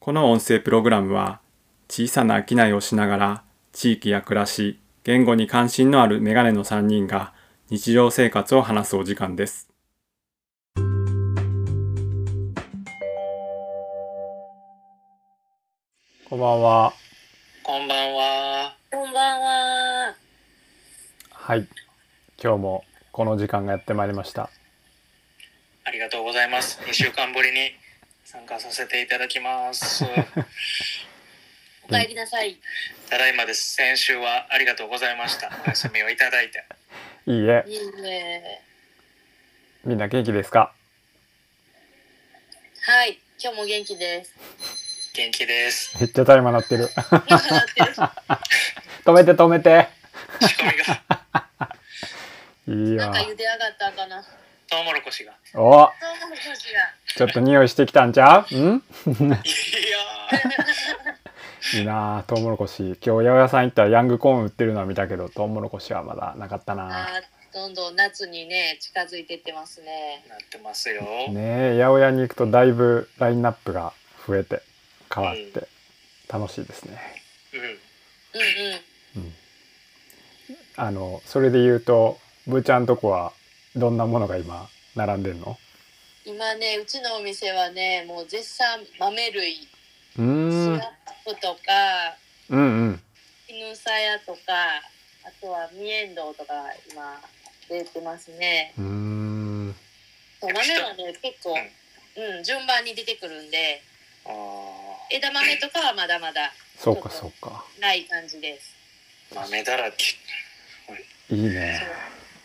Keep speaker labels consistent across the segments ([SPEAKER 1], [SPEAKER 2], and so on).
[SPEAKER 1] この音声プログラムは小さな商いをしながら地域や暮らし、言語に関心のあるメガネの3人が日常生活を話すお時間です。こんばんは。
[SPEAKER 2] こんばんは。
[SPEAKER 3] こんばんは。
[SPEAKER 1] はい。今日もこの時間がやってまいりました。
[SPEAKER 2] ありがとうございます。2週間ぶりに参加させていただき ます。
[SPEAKER 3] お帰りなさい。
[SPEAKER 2] ただいまです。先週はありがとうございました。お休みをいただいて。
[SPEAKER 1] いいえ、
[SPEAKER 3] いいね。
[SPEAKER 1] みんな元気ですか
[SPEAKER 3] はい。今日も元気 です。
[SPEAKER 2] 元気です。
[SPEAKER 1] めっちゃタイマー鳴ってる。
[SPEAKER 3] なんかなってる
[SPEAKER 1] 止めて止めて。
[SPEAKER 2] 仕込みが、
[SPEAKER 1] いい
[SPEAKER 3] な
[SPEAKER 1] よ
[SPEAKER 3] んか。茹で上がったんかな。
[SPEAKER 2] トウモロコシが。
[SPEAKER 1] お、
[SPEAKER 3] どうもこち
[SPEAKER 1] ちょっと匂いしてきたんちゃうん
[SPEAKER 2] いやー、
[SPEAKER 1] いいなあトウモロコシ今日八百屋さん行ったらヤングコーン売ってるのは見たけどトウモロコシはまだなかった
[SPEAKER 3] が。
[SPEAKER 1] な
[SPEAKER 3] あーどんどん夏にね近づいてってますね。
[SPEAKER 2] なってますよ。
[SPEAKER 1] ねえ八百屋に行くとだいぶラインナップが増えて変わって楽しいですね
[SPEAKER 2] うん。
[SPEAKER 3] うんうん。
[SPEAKER 1] あのそれで言うとブーちゃんとこはどんなものが今並んでるの
[SPEAKER 3] 今ねうちのお店はねもう絶賛豆類
[SPEAKER 1] うー
[SPEAKER 3] ス
[SPEAKER 1] ん
[SPEAKER 3] ナップとか
[SPEAKER 1] うんうん
[SPEAKER 3] 絹さやとかあとはミエンドウとか今出てますね。
[SPEAKER 1] うーん
[SPEAKER 3] そう豆はね結構うん順番に出てくるんで
[SPEAKER 2] あ
[SPEAKER 3] 枝豆とかはまだまだ
[SPEAKER 1] そうかそうか
[SPEAKER 3] ない感じです。
[SPEAKER 2] ー、豆だらけ。
[SPEAKER 1] いい
[SPEAKER 3] そ
[SPEAKER 1] ね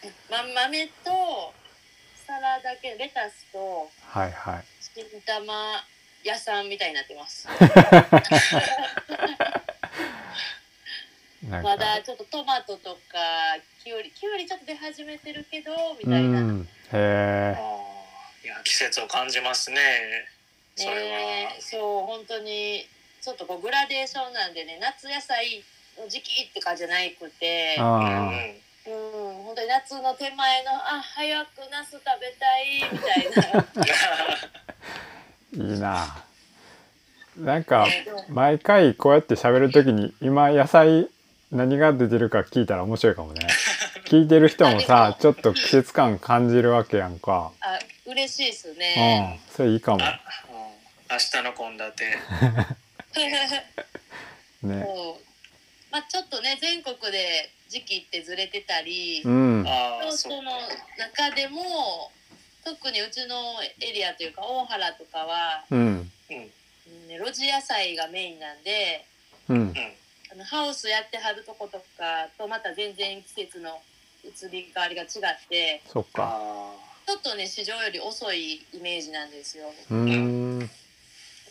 [SPEAKER 3] うま、豆とサラダ系レタスと
[SPEAKER 1] はいはい
[SPEAKER 3] 新玉屋さんみたいになっ てます。
[SPEAKER 1] なん
[SPEAKER 3] ま
[SPEAKER 1] か
[SPEAKER 3] だちょっとトマトとかきゅうりきゅうりちょっと出始めてるけどみ
[SPEAKER 1] う
[SPEAKER 3] たいな。
[SPEAKER 1] んへ
[SPEAKER 2] あー、いや、季節を感じますね。それは
[SPEAKER 3] ね、そう本当にちょっとこうグラデーションなんでね夏野菜の時期って感じじゃなくて
[SPEAKER 1] え。
[SPEAKER 2] う
[SPEAKER 1] ああ
[SPEAKER 2] ん。
[SPEAKER 3] うん本当に夏の手前のあ早くナス食べたいみたいな
[SPEAKER 1] いいななんか
[SPEAKER 3] け ど
[SPEAKER 1] 毎回こうやって喋るときに今野菜何が出てるか聞いたら面白いかもね聞いてる人もさちょっと季節感感じるわけやんか
[SPEAKER 3] あ嬉しいです
[SPEAKER 1] う
[SPEAKER 3] ね。
[SPEAKER 1] んそれいいかも
[SPEAKER 2] あうん明日の献立。
[SPEAKER 1] ね
[SPEAKER 3] そうまあちょっとね全国で時期ってずれてたり、
[SPEAKER 1] うん
[SPEAKER 2] ああ、
[SPEAKER 3] そ
[SPEAKER 2] そう
[SPEAKER 3] の。中でも特にうちのエリアというか大原とかは、
[SPEAKER 1] うん
[SPEAKER 2] うん。
[SPEAKER 3] うんね、路地野菜がメインなんで
[SPEAKER 1] うん
[SPEAKER 2] うん。
[SPEAKER 3] あのハウスやってはるとことかとまた全然季節の移り変わりが違って
[SPEAKER 1] そっか
[SPEAKER 2] あ
[SPEAKER 3] ちょっとね市場より遅いイメージなんですよ
[SPEAKER 1] うーん
[SPEAKER 3] だ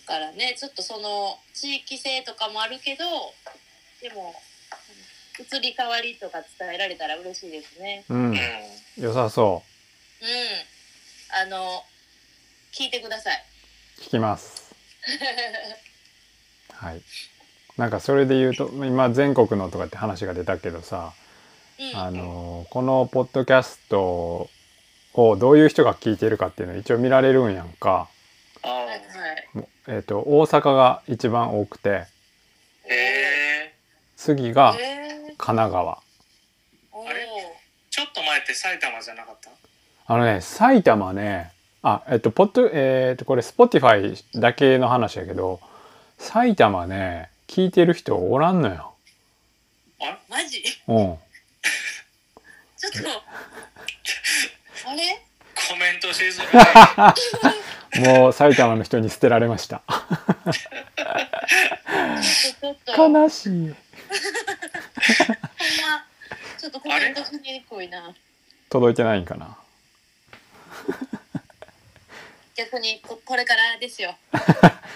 [SPEAKER 3] からねちょっとその地域性とかもあるけどでも移り変わりとか伝えられたら嬉しいですね。
[SPEAKER 1] うん
[SPEAKER 2] あ。うん。
[SPEAKER 1] 良さそ
[SPEAKER 3] うん。あの、聞いてください。
[SPEAKER 1] う聞きますはいなんかそれで言うと今全国のとかって話が出たけどさ、
[SPEAKER 3] うん。
[SPEAKER 1] あのこのポッドキャストをどういう人が聞いてるかっていうのを一応見られるんやんか、
[SPEAKER 2] あ
[SPEAKER 3] はい
[SPEAKER 2] あ。
[SPEAKER 3] はい。
[SPEAKER 1] もうえー、と大阪が一番多くて
[SPEAKER 2] へえ。
[SPEAKER 1] 次が
[SPEAKER 3] えー、
[SPEAKER 1] 神奈川
[SPEAKER 3] おー
[SPEAKER 2] あれちょっと前って埼玉じゃなかった
[SPEAKER 1] あのね埼玉ねあえっ、とポッドえっ、とこれ Spotify だけの話やけど埼玉ね聞いてる人おらんのよ。
[SPEAKER 2] あ
[SPEAKER 3] マジち
[SPEAKER 1] うん、
[SPEAKER 3] ょっと。あれ
[SPEAKER 2] コメントしづ らい。
[SPEAKER 1] もう埼玉の人に捨てられました。
[SPEAKER 3] ちょっと、ほんま、
[SPEAKER 1] 悲しい。
[SPEAKER 3] ちょっとコメントしにくいな。
[SPEAKER 1] 届いてないんかな。
[SPEAKER 3] 逆にこ、これからですよ。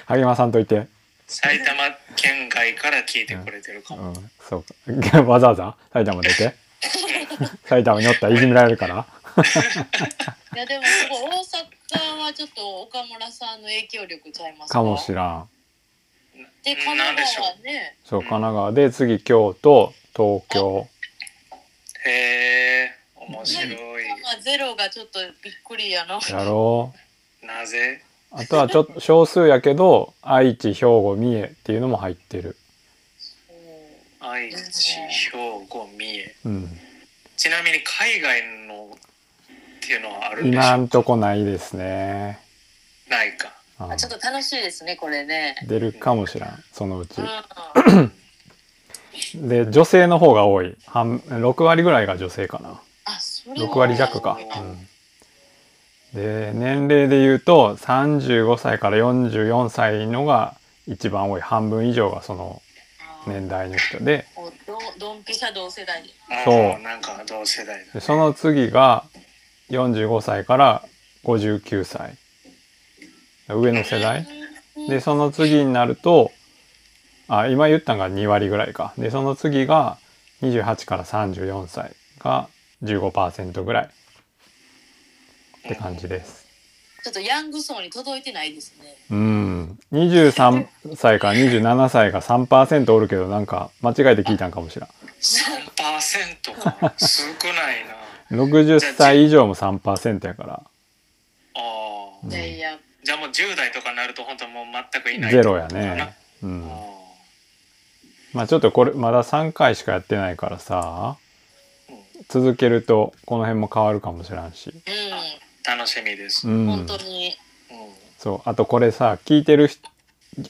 [SPEAKER 1] 励まさんといて。
[SPEAKER 2] 埼玉県外から聞いてくれてるか
[SPEAKER 1] う
[SPEAKER 2] も。
[SPEAKER 1] ん、そう か。わざわざ埼玉出て 埼玉におったらいじめられるから
[SPEAKER 3] いや、でも、すごい、大阪はちょっと岡村さんの影響力ちゃいます
[SPEAKER 1] かもし
[SPEAKER 3] れ
[SPEAKER 1] らん。
[SPEAKER 3] で、神
[SPEAKER 2] なんで
[SPEAKER 3] 奈
[SPEAKER 2] しょ
[SPEAKER 3] 川はね。
[SPEAKER 1] そう、神奈川で、次京都、東京。
[SPEAKER 2] う。へえ、面白い。
[SPEAKER 3] まあ、ゼロがちょっとびっくりやな。
[SPEAKER 1] やろう。
[SPEAKER 2] なぜ
[SPEAKER 1] ああとはちょっと少数やけど愛知兵庫三重っていうのも入ってる
[SPEAKER 3] うん
[SPEAKER 2] 愛知、兵庫、三重。
[SPEAKER 1] うん
[SPEAKER 2] ちなみに海外のっていうのはあるんでし
[SPEAKER 1] 今
[SPEAKER 2] ょ
[SPEAKER 1] んとこないですね
[SPEAKER 2] ないか。
[SPEAKER 1] うん
[SPEAKER 3] あちょっと楽しいですねこれね。
[SPEAKER 1] 出るかもしらんそのうち
[SPEAKER 3] うん、
[SPEAKER 1] で女性の方が多い半6割ぐらいが女性かな
[SPEAKER 3] あそれは
[SPEAKER 1] 6割弱か、
[SPEAKER 3] うん
[SPEAKER 1] うん、で年齢で言うと35歳から44歳のが一番多い半分以上がその年代の人で
[SPEAKER 3] おどドンピシャ同世代
[SPEAKER 2] あ
[SPEAKER 1] そう
[SPEAKER 2] あ、なんか同世代だ。
[SPEAKER 1] でその次が45歳から59歳上の世代でその次になるとあ今言ったのが2割ぐらいかでその次が28から34歳が15%ぐらいって感じです。
[SPEAKER 3] ちょっとヤング層に届いてないですね。
[SPEAKER 1] うん、23歳から27歳が3%おるけどなんか間違えて聞いたんかもしらん
[SPEAKER 2] 3%か。 少ないな。
[SPEAKER 1] 60歳以上も3%やから
[SPEAKER 2] ああ。
[SPEAKER 1] うん
[SPEAKER 3] いやいや
[SPEAKER 2] じゃあもう10代とかになると本当もう全くいない。
[SPEAKER 1] ゼロやね。う
[SPEAKER 2] あ
[SPEAKER 1] ん
[SPEAKER 2] あ
[SPEAKER 1] まあちょっとこれまだ3回しかやってないからさ
[SPEAKER 2] う
[SPEAKER 1] 続けるとこの辺も変わるかもしらんし
[SPEAKER 3] う、
[SPEAKER 2] 楽しみです。
[SPEAKER 1] う
[SPEAKER 2] う
[SPEAKER 1] ん
[SPEAKER 2] ん
[SPEAKER 3] 本当に
[SPEAKER 1] そうあとこれさ聞いてる人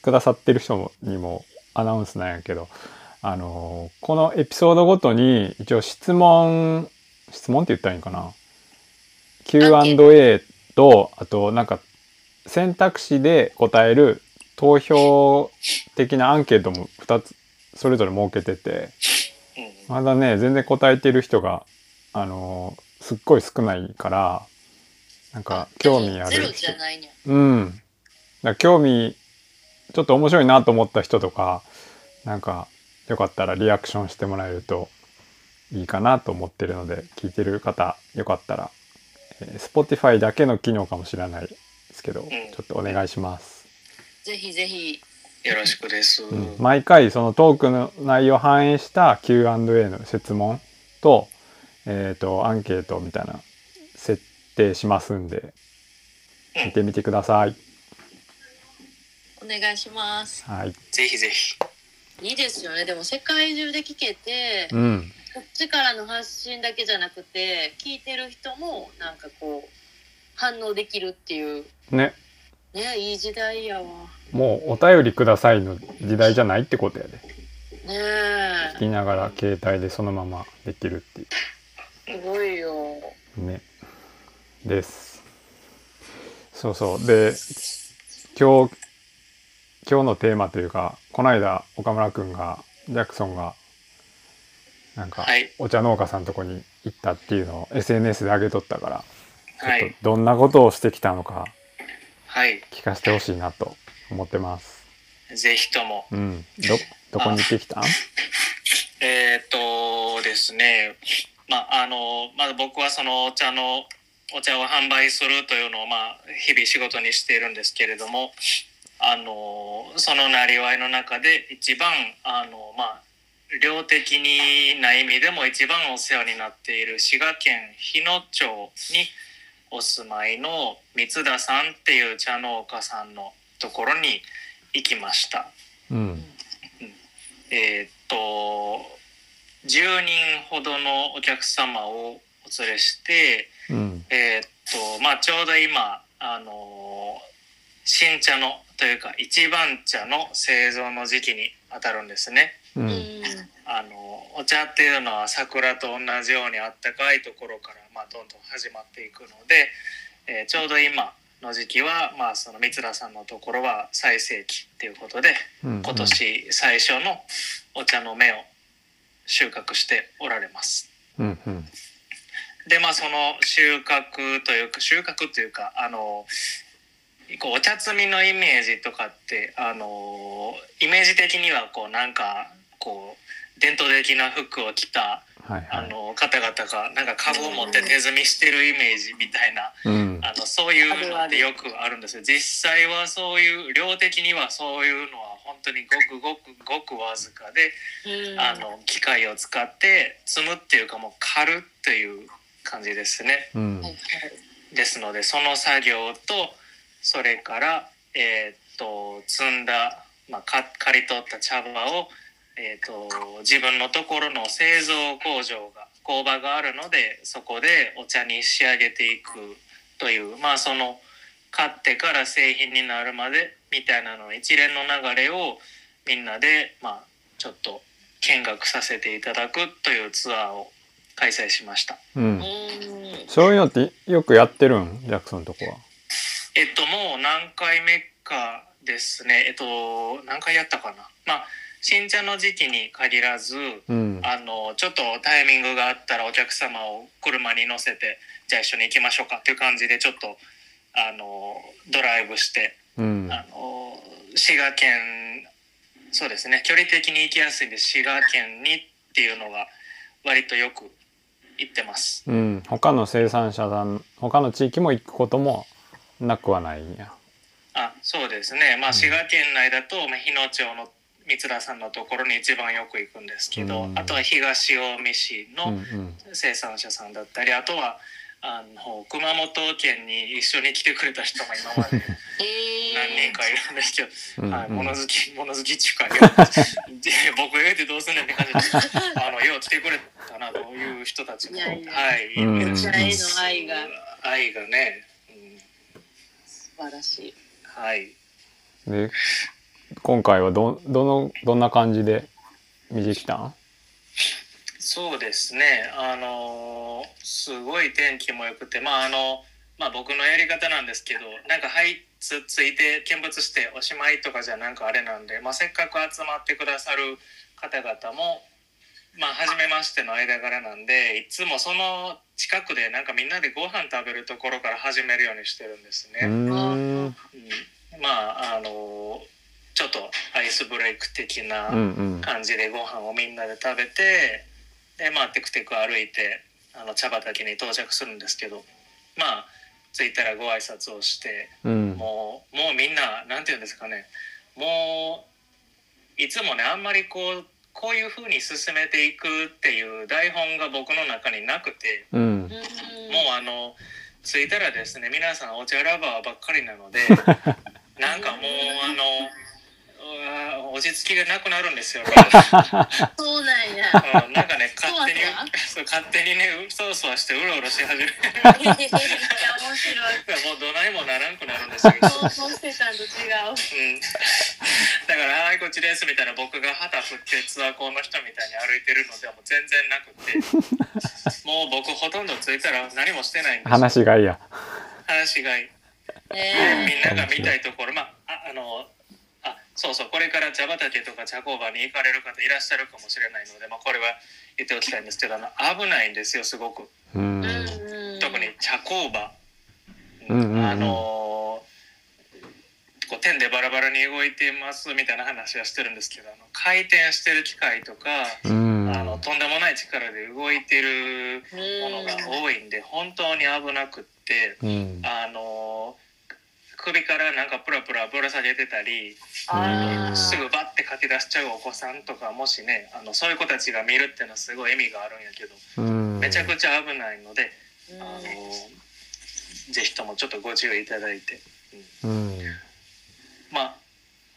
[SPEAKER 1] くださってる人にもアナウンスなんやけどあのーこのエピソードごとに一応質問質問って言ったらいいんかな Q&A とあとなんか選択肢で答える投票的なアンケートも2つそれぞれ設けてて
[SPEAKER 2] うん
[SPEAKER 1] まだね全然答えてる人があのーすっごい少ないからなんか興味ある
[SPEAKER 3] ゼロ
[SPEAKER 1] 人
[SPEAKER 3] じゃないね。
[SPEAKER 1] うん。だから興味、ちょっと面白いなと思った人とか、なんか、よかったらリアクションしてもらえるといいかなと思ってるので、聞いてる方、よかったら、えー Spotify だけの機能かもしれないですけど、ちょっとお願いします。
[SPEAKER 3] ぜひぜひ。
[SPEAKER 2] よろしくです。
[SPEAKER 1] うん、毎回、そのトークの内容を反映した Q&A の質問と、えっ、と、アンケートみたいな設定しますんで、見てみてください。
[SPEAKER 3] お願いします。
[SPEAKER 1] はい。
[SPEAKER 2] ぜひぜひ。
[SPEAKER 3] いいですよね。でも世界中で聞けて、
[SPEAKER 1] うん。
[SPEAKER 3] こっちからの発信だけじゃなくて、聞いてる人もなんかこう反応できるっていう
[SPEAKER 1] ね。
[SPEAKER 3] ね、いい時代やわ。
[SPEAKER 1] もうお便りくださいの時代じゃないってことやで
[SPEAKER 3] ね
[SPEAKER 1] 聞きながら携帯でそのままできるってい
[SPEAKER 3] え、すごいよ。
[SPEAKER 1] うねですそうそうで今日今日のテーマというかこの間岡村君がジャクソンがなんか
[SPEAKER 2] はい
[SPEAKER 1] お茶農家さんのとこに行ったっていうのを SNS で上げとったから
[SPEAKER 2] は
[SPEAKER 1] ちょっ
[SPEAKER 2] い
[SPEAKER 1] と。どんなことをしてきたのか
[SPEAKER 2] はい。
[SPEAKER 1] 聞かせてほしいなと思ってます
[SPEAKER 2] ぜひとも。
[SPEAKER 1] うんどどこに行ってきたん
[SPEAKER 2] えーっとですね、まああのまだ僕はそのお茶のお茶を販売するというのをまあ日々仕事にしているんですけれども、あのそのなりわいの中で一番あのまあ量的にな意味でも一番お世話になっている滋賀県日野町にお住まいの三田さんっていう茶農家さんのところに行きました。
[SPEAKER 1] うん
[SPEAKER 2] えーっと10人ほどのお客様をお連れして、
[SPEAKER 1] うん
[SPEAKER 2] えーっとまあ、ちょうど今、あの新茶のというか一番茶の製造の時期にあたるんですね。
[SPEAKER 1] う
[SPEAKER 3] うんん、
[SPEAKER 2] あのお茶っていうのは桜と同じようにあったかいところから、まあ、どんどん始まっていくので、えーちょうど今の時期は、まあ、その三浦さんのところは最盛期っていうことで
[SPEAKER 1] うん
[SPEAKER 2] 今年最初のお茶の芽を収穫しておられます。
[SPEAKER 1] うんうん
[SPEAKER 2] でまあその収穫というか収穫というかあのこうお茶摘みのイメージとかってあのイメージ的にはこうなんかこう伝統的な服を着た
[SPEAKER 1] はいは
[SPEAKER 2] あ
[SPEAKER 1] い
[SPEAKER 2] の方々がなんか株を持って手摘みしてるイメージみたいな
[SPEAKER 1] うん
[SPEAKER 2] あのそういうのってよくあるんですよ実際はそういう量的にはそういうのは本当にごくごくごくわずかで、
[SPEAKER 3] うん
[SPEAKER 2] あの機械を使って積むっていうかもう狩るっていう感じですね
[SPEAKER 1] うん
[SPEAKER 3] はいはい
[SPEAKER 2] ですのでその作業とそれから、えーっと摘んだ、まあ、か刈り取った茶葉を、えーっと自分のところの製造工場が工場があるのでそこでお茶に仕上げていくというまあその買ってから製品になるまでみたいなの一連の流れをみんなで、まあ、ちょっと見学させていただくというツアーを開催しました。
[SPEAKER 1] うん
[SPEAKER 3] う。ーん
[SPEAKER 1] そういうのってよくやってるんジャックソンのとこは。
[SPEAKER 2] えっと、もう何回目かですね。えっと、何回やったかな。まあ、新茶の時期に限らず、
[SPEAKER 1] うん。
[SPEAKER 2] あの、ちょっとタイミングがあったらお客様を車に乗せて、じゃあ一緒に行きましょうかっていう感じで、ちょっと、あの、ドライブして、
[SPEAKER 1] うん。
[SPEAKER 2] あの、滋賀県、そうですね、距離的に行きやすいんで、滋賀県にっていうのが、割とよく行ってます。
[SPEAKER 1] うん。他の生産者さん、他の地域も行くこともなくはないんや。
[SPEAKER 2] あそうですね、ま
[SPEAKER 1] うん
[SPEAKER 2] あ、滋賀県内だと、まあ、日野町の三田さんのところに一番よく行くんですけど、
[SPEAKER 1] うん
[SPEAKER 2] あとは東近江市
[SPEAKER 1] うん
[SPEAKER 2] の生産者さんだったり、あとはあの熊本県に一緒に来てくれた人も今 まで何人かいるんですけ
[SPEAKER 1] う
[SPEAKER 2] ど、
[SPEAKER 1] ん。
[SPEAKER 2] はい、
[SPEAKER 1] うん
[SPEAKER 2] 物好き物好きっていうかで僕が言うてどうすんねんって感じですあ のよう来てくれたなという人たちも
[SPEAKER 3] いやいや
[SPEAKER 2] はい
[SPEAKER 1] うん
[SPEAKER 2] いるし
[SPEAKER 1] うん
[SPEAKER 3] めっちゃ愛の
[SPEAKER 2] 愛がね、うん
[SPEAKER 3] 素晴らしい。
[SPEAKER 2] はい
[SPEAKER 1] で、今回はど、どの、どんな感じで見てきたん
[SPEAKER 2] そうですね。あのーすごい天気も良くて、まああのまあ僕のやり方なんですけど、なんかはいつついて見物しておしまいとかじゃなんかあれなんで、まあせっかく集まってくださる方々も。まあ、初めましての間柄なんでいつもその近くでなんかみんなでご飯食べるところから始めるようにしてるんですね。
[SPEAKER 1] うーん。
[SPEAKER 2] うんまああのーちょっとアイスブレイク的な、
[SPEAKER 1] うんうん。
[SPEAKER 2] 感じでご飯をみんなで食べてでまあテクテク歩いてあの茶畑に到着するんですけどまあ着いたらご挨拶をして
[SPEAKER 1] うん。
[SPEAKER 2] もうもうみんななんて言うんですかねもういつもねあんまりこうこういう風に進めていくっていう台本が僕の中になくて
[SPEAKER 1] うん。
[SPEAKER 2] もうあの着いたらですね皆さんお茶ラバーばっかりなのでなんかもうあのうわー落ち着きがなくなるんですよ。
[SPEAKER 3] そうなんや。
[SPEAKER 2] うんなんかね、勝手に そ
[SPEAKER 3] そわそわ、
[SPEAKER 2] う勝手にね、そわそわしてうろうろし 始める。
[SPEAKER 3] めっちゃ面白い。
[SPEAKER 2] もうどないもならんくなるんですけど。うん。
[SPEAKER 3] 想像してたんと違う。
[SPEAKER 2] だから、はい、こっちですみたいな、僕が旗振ってツアー校の人みたいに歩いてるのではもう全然なくて。 もう僕ほとんど着いたら何もしてないんですよ。
[SPEAKER 1] 話がいいや。
[SPEAKER 2] 話がいい。
[SPEAKER 3] え
[SPEAKER 2] みんなが見たいところ、まあ、ああの、あ、そうそう、これから茶畑とか茶工場に行かれる方いらっしゃるかもしれないので、まあ、これは言っておきたいんですけど、あの、危ないんですよ、すごく。
[SPEAKER 1] うん。
[SPEAKER 3] え。
[SPEAKER 2] 特に茶工場、
[SPEAKER 1] うんうんうん
[SPEAKER 2] あのーこう点でバラバラに動いてますみたいな話はしてるんですけどあの回転してる機械とか、
[SPEAKER 1] うん。
[SPEAKER 2] あのとんでもない力で動いてるものが多いんで本当に危なくって
[SPEAKER 1] うん。
[SPEAKER 2] あのー首からなんかプラプラぶら下げてたり
[SPEAKER 3] あー
[SPEAKER 2] すぐバッて書き出しちゃうお子さんとかもしねあのそういう子たちが見るっていうのはすごい意味があるんやけど
[SPEAKER 1] うん。
[SPEAKER 2] めちゃくちゃ危ないので。
[SPEAKER 3] うん
[SPEAKER 2] あのぜひともちょっとご注意いただいて、
[SPEAKER 1] うん。
[SPEAKER 2] ま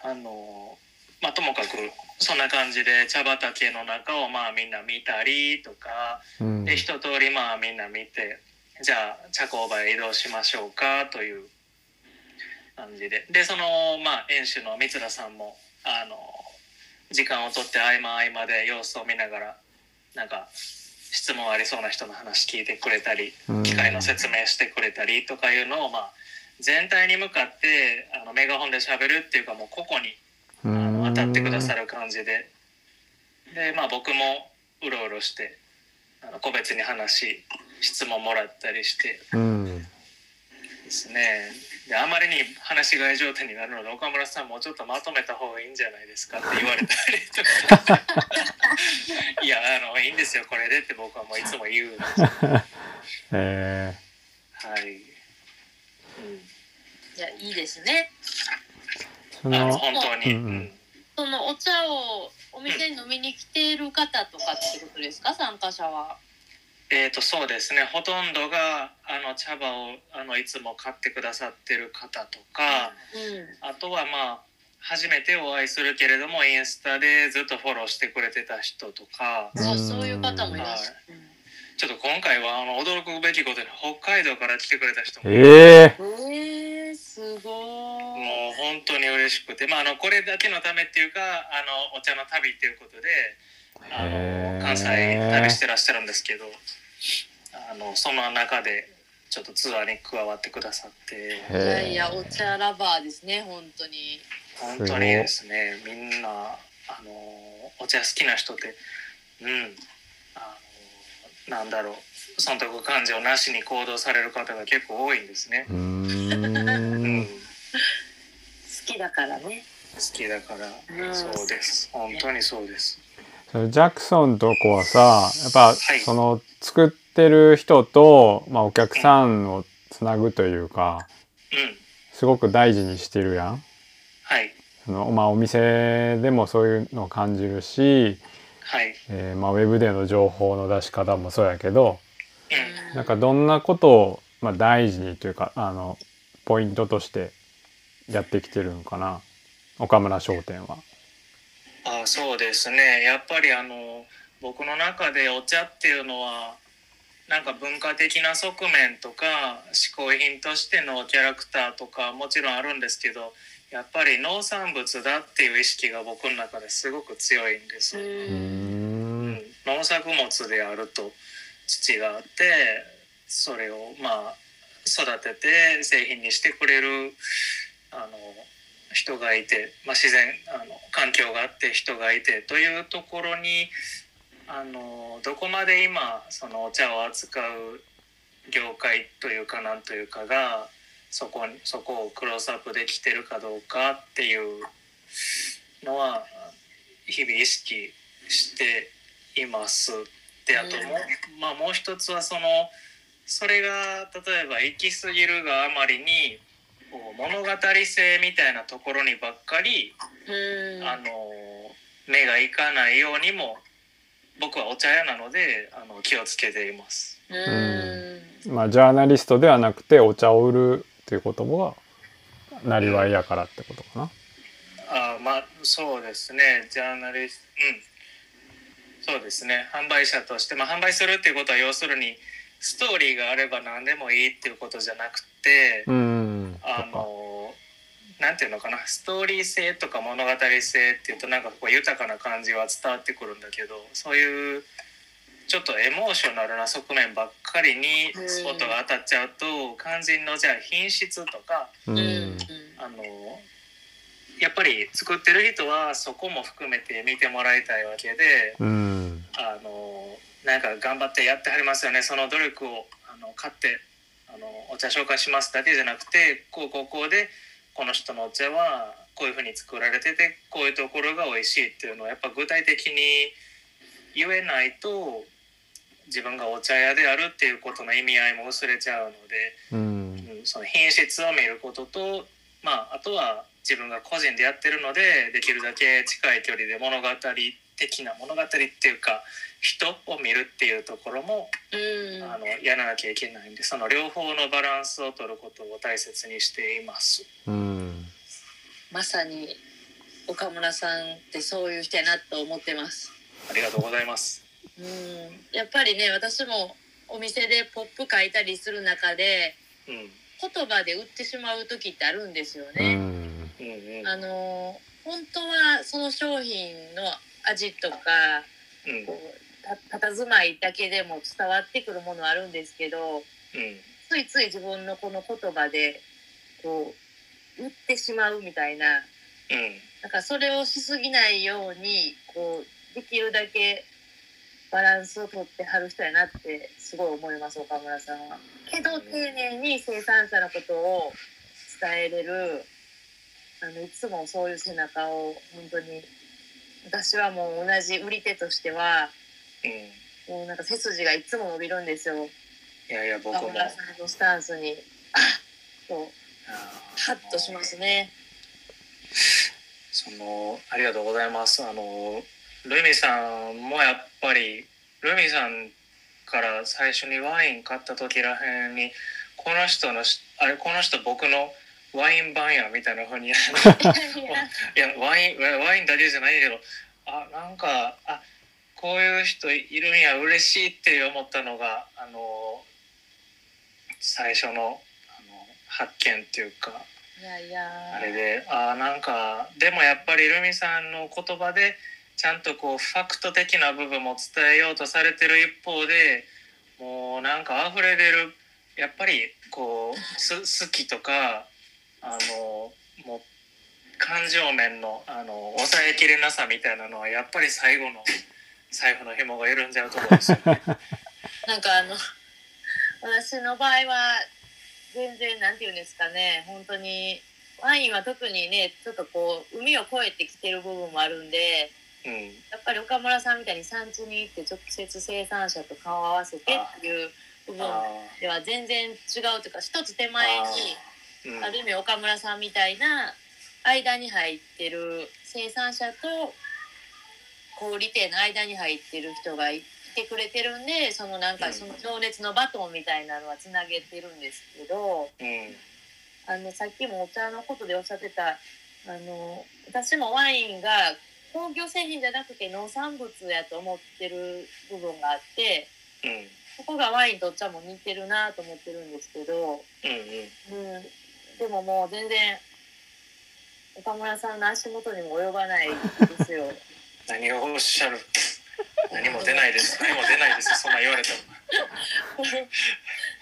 [SPEAKER 2] ああのまあともかくそんな感じで茶畑の中をまあみんな見たりとか
[SPEAKER 1] うん。
[SPEAKER 2] で一通りまあみんな見てじゃあ茶工場へ移動しましょうかという感じででそのまあ園主の三田さんもあの時間を取って合間合間で様子を見ながらなんか質問ありそうな人の話聞いてくれたり
[SPEAKER 1] うん
[SPEAKER 2] 機械の説明してくれたりとかいうのを、まあ、全体に向かってあのメガホンで喋るっていうかもう個々にあの当たってくださる感じでで、まあ、僕もうろうろしてあの個別に話質問もらったりして
[SPEAKER 1] うん。
[SPEAKER 2] ですねであまりに話しがい状態になるので岡村さんもうちょっとまとめた方がいいんじゃないですかって言われたりとか いやあのいいんですよこれでって僕はもういつも言うんです
[SPEAKER 1] え
[SPEAKER 2] はい。うん
[SPEAKER 3] いやいいですね。
[SPEAKER 1] ー、そ
[SPEAKER 2] あの
[SPEAKER 1] の、
[SPEAKER 2] 本当に、
[SPEAKER 1] うんうん
[SPEAKER 2] うん
[SPEAKER 3] そのお茶をお店に飲みに来ている方とかってことですか参加者は。
[SPEAKER 2] えー、とそうですねほとんどがあの茶葉をあのいつも買ってくださってる方とか、あとはまあ初めてお会いするけれどもインスタでずっとフォローしてくれてた人とか
[SPEAKER 3] うん、そうそういう方もいらっしゃる。
[SPEAKER 2] ちょっと今回はあの驚くべきことに北海道から来てくれた人も
[SPEAKER 1] ええ
[SPEAKER 3] うんえー、すごい。
[SPEAKER 2] もう本当に嬉しくて、まあ、あのこれだけのためっていうかあのお茶の旅っていうことであ
[SPEAKER 1] へー
[SPEAKER 2] の関西旅してらっしゃるんですけどあのその中でちょっとツアーに加わってくださって
[SPEAKER 1] へー
[SPEAKER 3] いやいや、お茶ラバーですね、本当に。
[SPEAKER 2] 本当にですねみんなあのお茶好きな人ってうんあのなんだろう損得感情なしに行動される方が結構多いんですね。
[SPEAKER 1] うー
[SPEAKER 2] うん
[SPEAKER 1] ん
[SPEAKER 2] 好
[SPEAKER 3] 好きだからね。
[SPEAKER 2] きだから、
[SPEAKER 3] うん
[SPEAKER 2] そうです本当にそうです。
[SPEAKER 1] そのジャクソンとこはさやっぱ
[SPEAKER 2] い
[SPEAKER 1] その作ってる人と、まあ、お客さんをつなぐというか
[SPEAKER 2] うん
[SPEAKER 1] すごく大事にしてるやん
[SPEAKER 2] はい
[SPEAKER 1] その、まあ、お店でもそういうのを感じるし、
[SPEAKER 2] はい。
[SPEAKER 1] えーまあ、ウェブでの情報の出し方もそうやけど
[SPEAKER 2] うん
[SPEAKER 1] なんかどんなことを、まあ、大事にというかあのポイントとしてやってきてるのかな岡村商店は。
[SPEAKER 2] あそうですねやっぱりあの僕の中でお茶っていうのはなんか文化的な側面とか嗜好品としてのキャラクターとかもちろんあるんですけどやっぱり農産物だっていう意識が僕の中ですごく強いんです。
[SPEAKER 1] う
[SPEAKER 3] う
[SPEAKER 1] ー
[SPEAKER 3] ん。
[SPEAKER 1] ん
[SPEAKER 2] 農作物であると父があってそれをまあ育てて製品にしてくれるあの人がいて、まあ、自然あの環境があって人がいてというところにあのどこまで今そのお茶を扱う業界というかなんというかがそこにそこをクロースアップできてるかどうかっていうのは日々意識しています。であとも,、うまあ、もう一つはそのそれが例えば行き過ぎるがあまりにこう物語性みたいなところにばっかり
[SPEAKER 3] うん。
[SPEAKER 2] あの目がいかないようにも僕はお茶屋なのであの気をつけています。
[SPEAKER 3] うん。
[SPEAKER 1] まあジャーナリストではなくてお茶を売るっていうことはなりわいやからってことかな。
[SPEAKER 2] あまあそうですねジャーナリストうんそうですね販売者として、まあ、販売するっていうことは要するにストーリーがあれば何でもいいっていうことじゃなくて、
[SPEAKER 1] うん。と
[SPEAKER 2] あ
[SPEAKER 1] か
[SPEAKER 2] のなんていうのかなストーリー性とか物語性っていうとなんかこう豊かな感じは伝わってくるんだけどそういうちょっとエモーショナルな側面ばっかりに
[SPEAKER 3] うん
[SPEAKER 2] スポットが当たっちゃうと肝心のじゃあ品質とか
[SPEAKER 1] う
[SPEAKER 3] うんん。
[SPEAKER 2] あのやっぱり作ってる人はそこも含めて見てもらいたいわけで
[SPEAKER 1] うん
[SPEAKER 2] あのなんか頑張ってやってはりますよねその努力をあの買ってあのお茶紹介しますだけじゃなくてこうこうこうでこの人のお茶はこういうふうに作られててこういうところが美味しいっていうのをやっぱ具体的に言えないと自分がお茶屋であるっていうことの意味合いも薄れちゃうので。
[SPEAKER 1] うん
[SPEAKER 2] うんその品質を見ることと、まあ、あとは自分が個人でやってるのでできるだけ近い距離で物語的な物語っていうか人を見るっていうところも、
[SPEAKER 3] うん。
[SPEAKER 2] あのやらなきゃいけないんでその両方のバランスを取ることを大切にしています。
[SPEAKER 1] うん
[SPEAKER 3] まさに岡村さんってそういう人やなと思ってます。
[SPEAKER 2] ありがとうございます。
[SPEAKER 3] うん、やっぱりね私もお店でポップ書いたりする中で
[SPEAKER 2] うん
[SPEAKER 3] 言葉で売ってしまう時ってあるんですよ
[SPEAKER 1] う
[SPEAKER 3] ね。
[SPEAKER 1] ん
[SPEAKER 2] うんうん
[SPEAKER 3] あの本当はその商品の味とか
[SPEAKER 2] うん
[SPEAKER 3] こうたたたずまいだけでも伝わってくるものはあるんですけど
[SPEAKER 2] うん
[SPEAKER 3] ついつい自分のこの言葉でこう売ってしまうみたいな
[SPEAKER 2] うん
[SPEAKER 3] なんかそれをしすぎないようにこうできるだけバランスをとってはる人やなってすごい思います岡村さんは。けど丁寧に生産者のことを伝えれるあのいつもそういう背中を本当に私はもう同じ売り手としては
[SPEAKER 2] うん
[SPEAKER 3] もうなんか背筋がいつも伸びるんですよ
[SPEAKER 2] いやいや僕
[SPEAKER 3] 岡
[SPEAKER 2] も
[SPEAKER 3] 村さんのスタンスに。あと
[SPEAKER 2] あー
[SPEAKER 3] ハッとしますね。
[SPEAKER 2] そのありがとうございますあのルミさんもやっぱりルミさんから最初にワイン買った時らへんにこの人のしあれこの人僕のワイン番やみたいなふうに いやワインワインだけじゃないけどあなんかあこういう人いるんや嬉しいって思ったのがあの最初のあの発見っていうか
[SPEAKER 3] いやいや
[SPEAKER 2] あれであーなんかでもやっぱりルミさんの言葉でちゃんとこうファクト的な部分も伝えようとされてる一方でもうなんか溢れ出るやっぱりこうす好きとかあのもう感情面のあの抑えきれなさみたいなのはやっぱり最後の最後の紐が緩んじゃうところですよ ね。
[SPEAKER 3] なんかあの私の場合は全然なんて言うんですかね本当にワインは特にねちょっとこう海を越えてきてる部分もあるんで
[SPEAKER 2] うん
[SPEAKER 3] やっぱり岡村さんみたいに産地に行って直接生産者と顔を合わせてっていう部分
[SPEAKER 2] あ
[SPEAKER 3] では全然違うというか一つ手
[SPEAKER 2] ー
[SPEAKER 3] 前に。
[SPEAKER 2] うん
[SPEAKER 3] ある意味岡村さんみたいな間に入ってる生産者と小売店の間に入ってる人がいてくれてるんでそのなん
[SPEAKER 2] う
[SPEAKER 3] か
[SPEAKER 2] ん
[SPEAKER 3] その情熱のバトンみたいなのはつなげてるんですけど
[SPEAKER 2] うん
[SPEAKER 3] あのさっきもお茶のことでおっしゃってたあの私もワインが工業製品じゃなくて農産物やと思ってる部分があって
[SPEAKER 2] うん
[SPEAKER 3] そこがワインとお茶も似てるなと思ってるんですけど。
[SPEAKER 2] うんうん
[SPEAKER 3] うん、でももう全然岡村さんの足元にも及ばないですよ。
[SPEAKER 2] 何をおっしゃる何も出ないです何も出ないですそんな言われても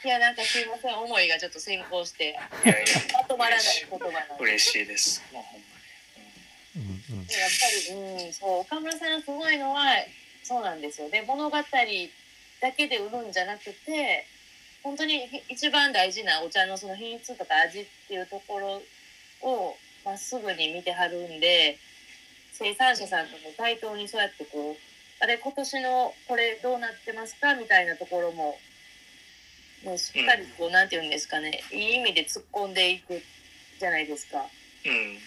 [SPEAKER 3] いやなんかすいません思いがちょっと先行して
[SPEAKER 2] いやいや
[SPEAKER 3] まとまらない言葉なんで。
[SPEAKER 2] 嬉しいですもうほん
[SPEAKER 1] うんうん
[SPEAKER 3] でもやっぱり、うん、そう岡村さんがすごいのはそうなんですよね物語だけで売るんじゃなくて本当にひ一番大事なお茶のその品質とか味っていうところをまっすぐに見てはるんで生産者さんとも対等にそうやってこうあれ今年のこれどうなってますかみたいなところも。もうしっかりこう、なんて言うんですかねいい意味で突っ込んでいくじゃないですか。
[SPEAKER 2] まにうん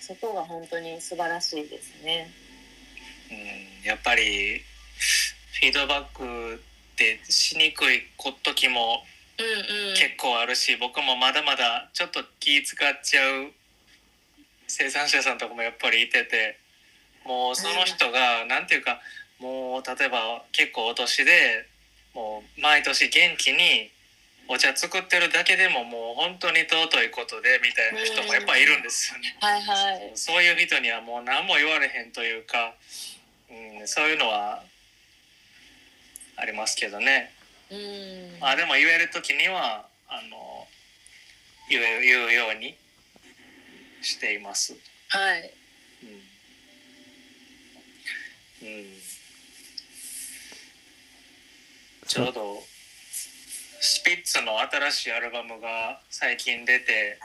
[SPEAKER 3] そこが本当に素晴らしいですね。
[SPEAKER 2] うんやっぱりフィードバックってしにくい時も
[SPEAKER 3] うんうん。
[SPEAKER 2] 結構あるし僕もまだまだちょっと気使っちゃう生産者さんとかもやっぱりいててもうその人がなんていうかもう例えば結構お年でもう毎年元気にお茶作ってるだけでももう本当に尊いことでみたいな人もやっぱいるんですよね。
[SPEAKER 3] はいはい。
[SPEAKER 2] そういう人にはもう何も言われへんというか、うん、そういうのはありますけどね。
[SPEAKER 3] うん。
[SPEAKER 2] まあでも言える時にはあの言え言うようにしています。
[SPEAKER 3] はい。
[SPEAKER 2] うん。うん、ちょうどスピッツの新しいアルバムが最近出て。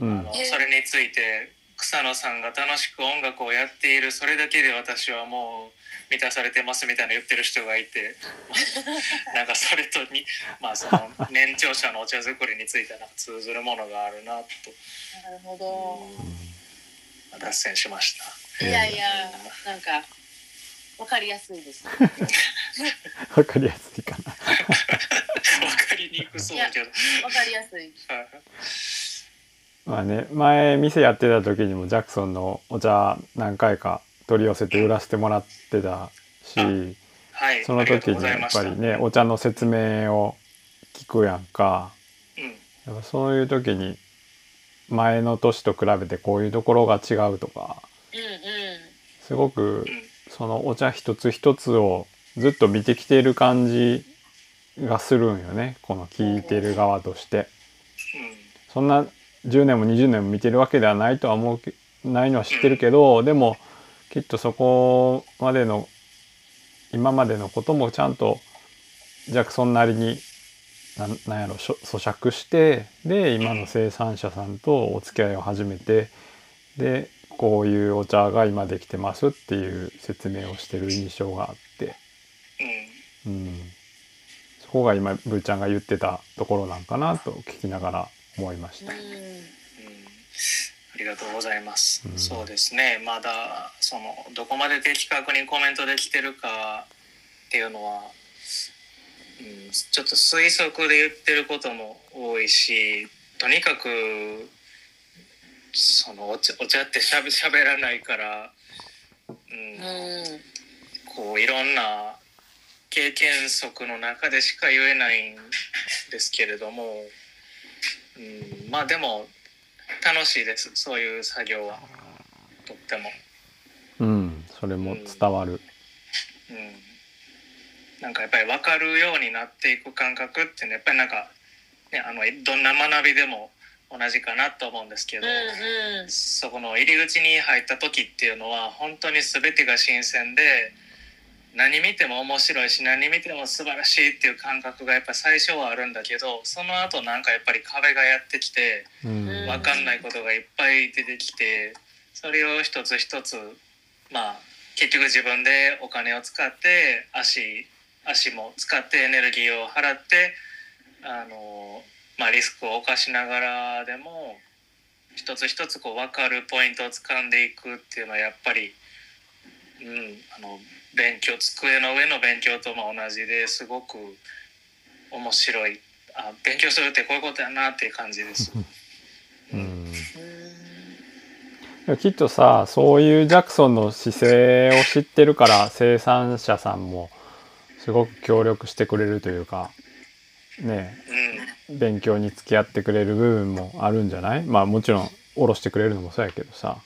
[SPEAKER 1] う
[SPEAKER 2] あ
[SPEAKER 1] ん
[SPEAKER 2] のそれについて草野さんが楽しく音楽をやっているそれだけで私はもう満たされてますみたいな言ってる人がいて なんかそれとに、まあ、その年長者のお茶作りについてなんか通ずるものがあるなと
[SPEAKER 3] なるほど。
[SPEAKER 2] 脱線しまし
[SPEAKER 3] いやいや、なんか。わかりやすいです、ね。
[SPEAKER 1] わかりやすいかな。
[SPEAKER 2] た わかりにくそうだけど
[SPEAKER 3] わかりやすい。
[SPEAKER 2] はい
[SPEAKER 1] まあね、前店やってた時にもジャクソンのお茶何回か取り寄せて売らせてもらってたし、
[SPEAKER 2] はい
[SPEAKER 1] その時に
[SPEAKER 2] あ
[SPEAKER 1] や
[SPEAKER 2] りが
[SPEAKER 1] っぱ
[SPEAKER 2] とうござい
[SPEAKER 1] り
[SPEAKER 2] まし
[SPEAKER 1] ね、お茶の説明を聞くやんか。
[SPEAKER 2] たうん
[SPEAKER 1] やっぱそういう時に前の年と比べてこういうところが違うとか、
[SPEAKER 3] うんうん。
[SPEAKER 1] すごく
[SPEAKER 2] うん
[SPEAKER 1] そのお茶一つ一つをずっと見てきている感じがするんよね。この聞いてる側として。そんな10年も20年も見てるわけではないとは思うけないのは知ってるけど、でもきっとそこまでの今までのこともちゃんとジャクソンなりになんなんやろしょ咀嚼してで今の生産者さんとお付き合いを始めてでこういうお茶が今できてますっていう説明をしてる印象があって、
[SPEAKER 2] うんうん
[SPEAKER 1] うん、そこが今ブーちゃんが言ってたところなんかなと聞きながら思いました。
[SPEAKER 3] うん。
[SPEAKER 2] うんありがとうございます、
[SPEAKER 1] うん
[SPEAKER 2] そうですねまだそのどこまで的確にコメントできてるかっていうのはうんちょっと推測で言ってることも多いしとにかくそのお茶お茶ってしゃべしゃべらないから、うん
[SPEAKER 3] うん
[SPEAKER 2] こういろんな経験則の中でしか言えないんですけれども、うん、まあでも楽しいですそういう作業はとっても。
[SPEAKER 1] うん、それも伝わる。
[SPEAKER 2] うん、なんかやっぱり分かるようになっていく感覚っていうのはやっぱりなんか、ね、あのどんな学びでも同じかなと思うんですけど、
[SPEAKER 3] うんうん
[SPEAKER 2] そこの入り口に入った時っていうのは本当に全てが新鮮で何見ても面白いし何見ても素晴らしいっていう感覚がやっぱ最初はあるんだけどその後なんかやっぱり壁がやってきて。
[SPEAKER 1] うん、
[SPEAKER 3] うん
[SPEAKER 2] 分かんないことがいっぱい出てきてそれを一つ一つまあ結局自分でお金を使って足足も使ってエネルギーを払ってあの、まあ、リスクを冒しながらでも一つ一つこう分かるポイントを掴んでいくっていうのはやっぱり、うん、あの勉強机の上の勉強とも同じですごく面白いあ勉強するってこういうことやなっていう感じです。
[SPEAKER 1] うん
[SPEAKER 3] うん
[SPEAKER 1] でもきっとさそういうジャクソンの姿勢を知ってるから生産者さんもすごく協力してくれるというかね
[SPEAKER 2] うん
[SPEAKER 1] え勉強に付き合ってくれる部分もあるんじゃないまあもちろん下ろしてくれるのもそうやけどさ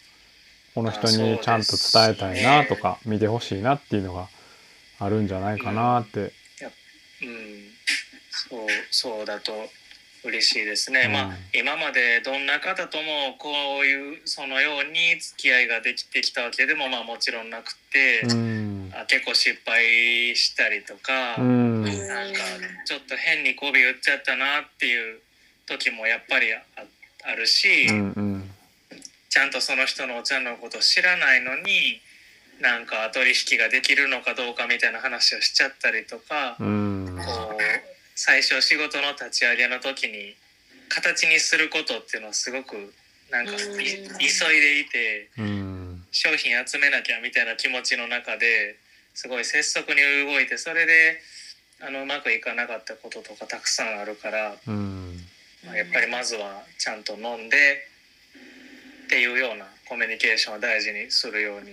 [SPEAKER 1] この人にちゃんと伝えたいなとか、見てほしいなっていうのがあるんじゃないかなって、
[SPEAKER 2] うん、そうそうだと嬉しいですね、
[SPEAKER 1] うん
[SPEAKER 2] まあ今までどんな方ともこういうそのように付き合いができてきたわけでもまあもちろんなくて、
[SPEAKER 1] うん
[SPEAKER 2] あ結構失敗したりとか、
[SPEAKER 1] うん
[SPEAKER 2] なんかちょっと変に媚び売っちゃったなっていう時もやっぱりああるし、
[SPEAKER 1] うんうん
[SPEAKER 2] ちゃんとその人のお茶のことを知らないのになんか取引ができるのかどうかみたいな話をしちゃったりとか。
[SPEAKER 1] うん
[SPEAKER 2] こう最初仕事の立ち上げの時に形にすることっていうのはすごくなんかい
[SPEAKER 3] う
[SPEAKER 2] 急
[SPEAKER 3] ん
[SPEAKER 2] いでいて
[SPEAKER 1] うん
[SPEAKER 2] 商品集めなきゃみたいな気持ちの中ですごい拙速に動いてそれであのうまくいかなかったこととかたくさんあるから、
[SPEAKER 1] うん
[SPEAKER 2] まあやっぱりまずはちゃんと飲んでっていうようなコミュニケーションを大事にするように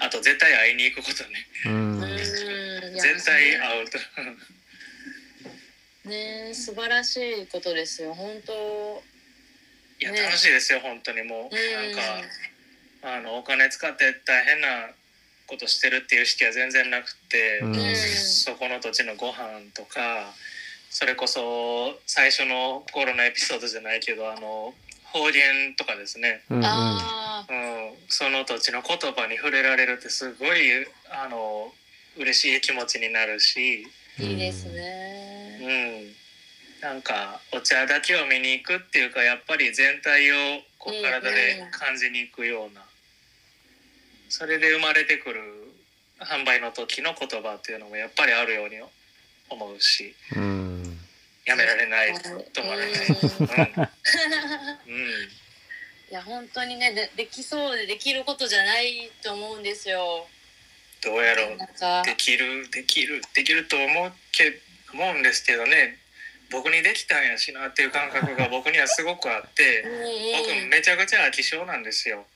[SPEAKER 2] あと絶対会いに行くことね
[SPEAKER 1] うん
[SPEAKER 3] うんいや
[SPEAKER 2] 絶対会うと。
[SPEAKER 3] ねえ素晴らしいことですよ本当
[SPEAKER 2] いや
[SPEAKER 3] ね
[SPEAKER 2] 楽しいですよ本当にもう
[SPEAKER 3] うん
[SPEAKER 2] なんかあのお金使って大変なことしてるっていう意識は全然なくて、
[SPEAKER 1] うん
[SPEAKER 2] そこの土地のご飯とかそれこそ最初の頃のエピソードじゃないけどあの方言とかですね、
[SPEAKER 1] うん
[SPEAKER 3] あ
[SPEAKER 2] うん、その土地の言葉に触れられるってすごいあの嬉しい気持ちになるし。
[SPEAKER 3] あいいです
[SPEAKER 2] う
[SPEAKER 3] ね
[SPEAKER 2] んなんかお茶だけを見に行くっていうかやっぱり全体をこ
[SPEAKER 3] うん
[SPEAKER 2] う体で感じに行くような、それで生まれてくる販売の時の言葉っていうのもやっぱりあるように思うし
[SPEAKER 1] うん
[SPEAKER 2] やめられない
[SPEAKER 3] うん
[SPEAKER 2] 止まらない、
[SPEAKER 3] うん
[SPEAKER 2] うんうん
[SPEAKER 3] いや本当にねでできそうでできることじゃないと思うんですよ
[SPEAKER 2] どうやろう
[SPEAKER 3] なんか
[SPEAKER 2] できるできるできると思うけ思うんですけどね僕にできたんやしなっていう感覚が僕にはすごくあっ
[SPEAKER 3] う
[SPEAKER 2] て
[SPEAKER 3] ん
[SPEAKER 2] 僕
[SPEAKER 3] うん
[SPEAKER 2] めちゃくちゃ飽き性なんですよ。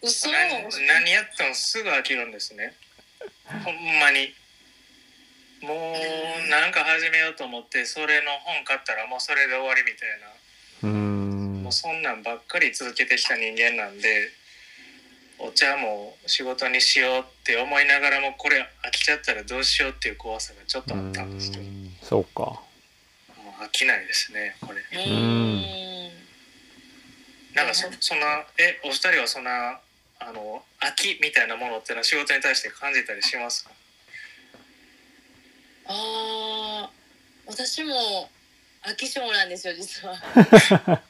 [SPEAKER 3] 嘘
[SPEAKER 2] 何何やってもすぐ飽きるんですねほんまにもうなんか始めようと思ってそれの本買ったらもうそれで終わりみたいな、
[SPEAKER 1] うん
[SPEAKER 2] もうそんなんばっかり続けてきた人間なんでお茶も仕事にしようって思いながらもこれ飽きちゃったらどうしようっていう怖さがちょっとあったんですけども
[SPEAKER 1] うんそうか
[SPEAKER 2] う飽きないですねこれ
[SPEAKER 3] うん
[SPEAKER 2] なんかそそんなえお二人はそんなあの飽きみたいなものっていうのは仕事に対して感じたりしますか
[SPEAKER 3] ああ私も飽き性なんですよ実は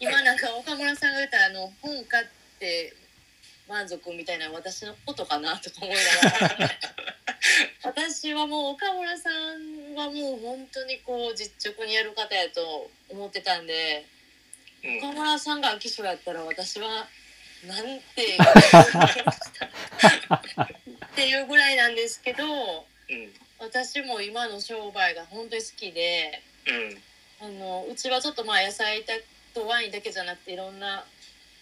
[SPEAKER 3] 今なんか岡村さんが言ったあの本買って満足みたいな私のことかなとか思いながら私はもう岡村さんはもう本当にこう実直にやる方やと思ってたんで
[SPEAKER 2] うん
[SPEAKER 3] 岡村さんが飽き性やったら私はなんて っていうぐらいなんですけど
[SPEAKER 2] うん
[SPEAKER 3] 私私も今の商売が本当に好きで
[SPEAKER 2] うん
[SPEAKER 3] あのうちはちょっとまあ野菜だとワインだけじゃなくていろんな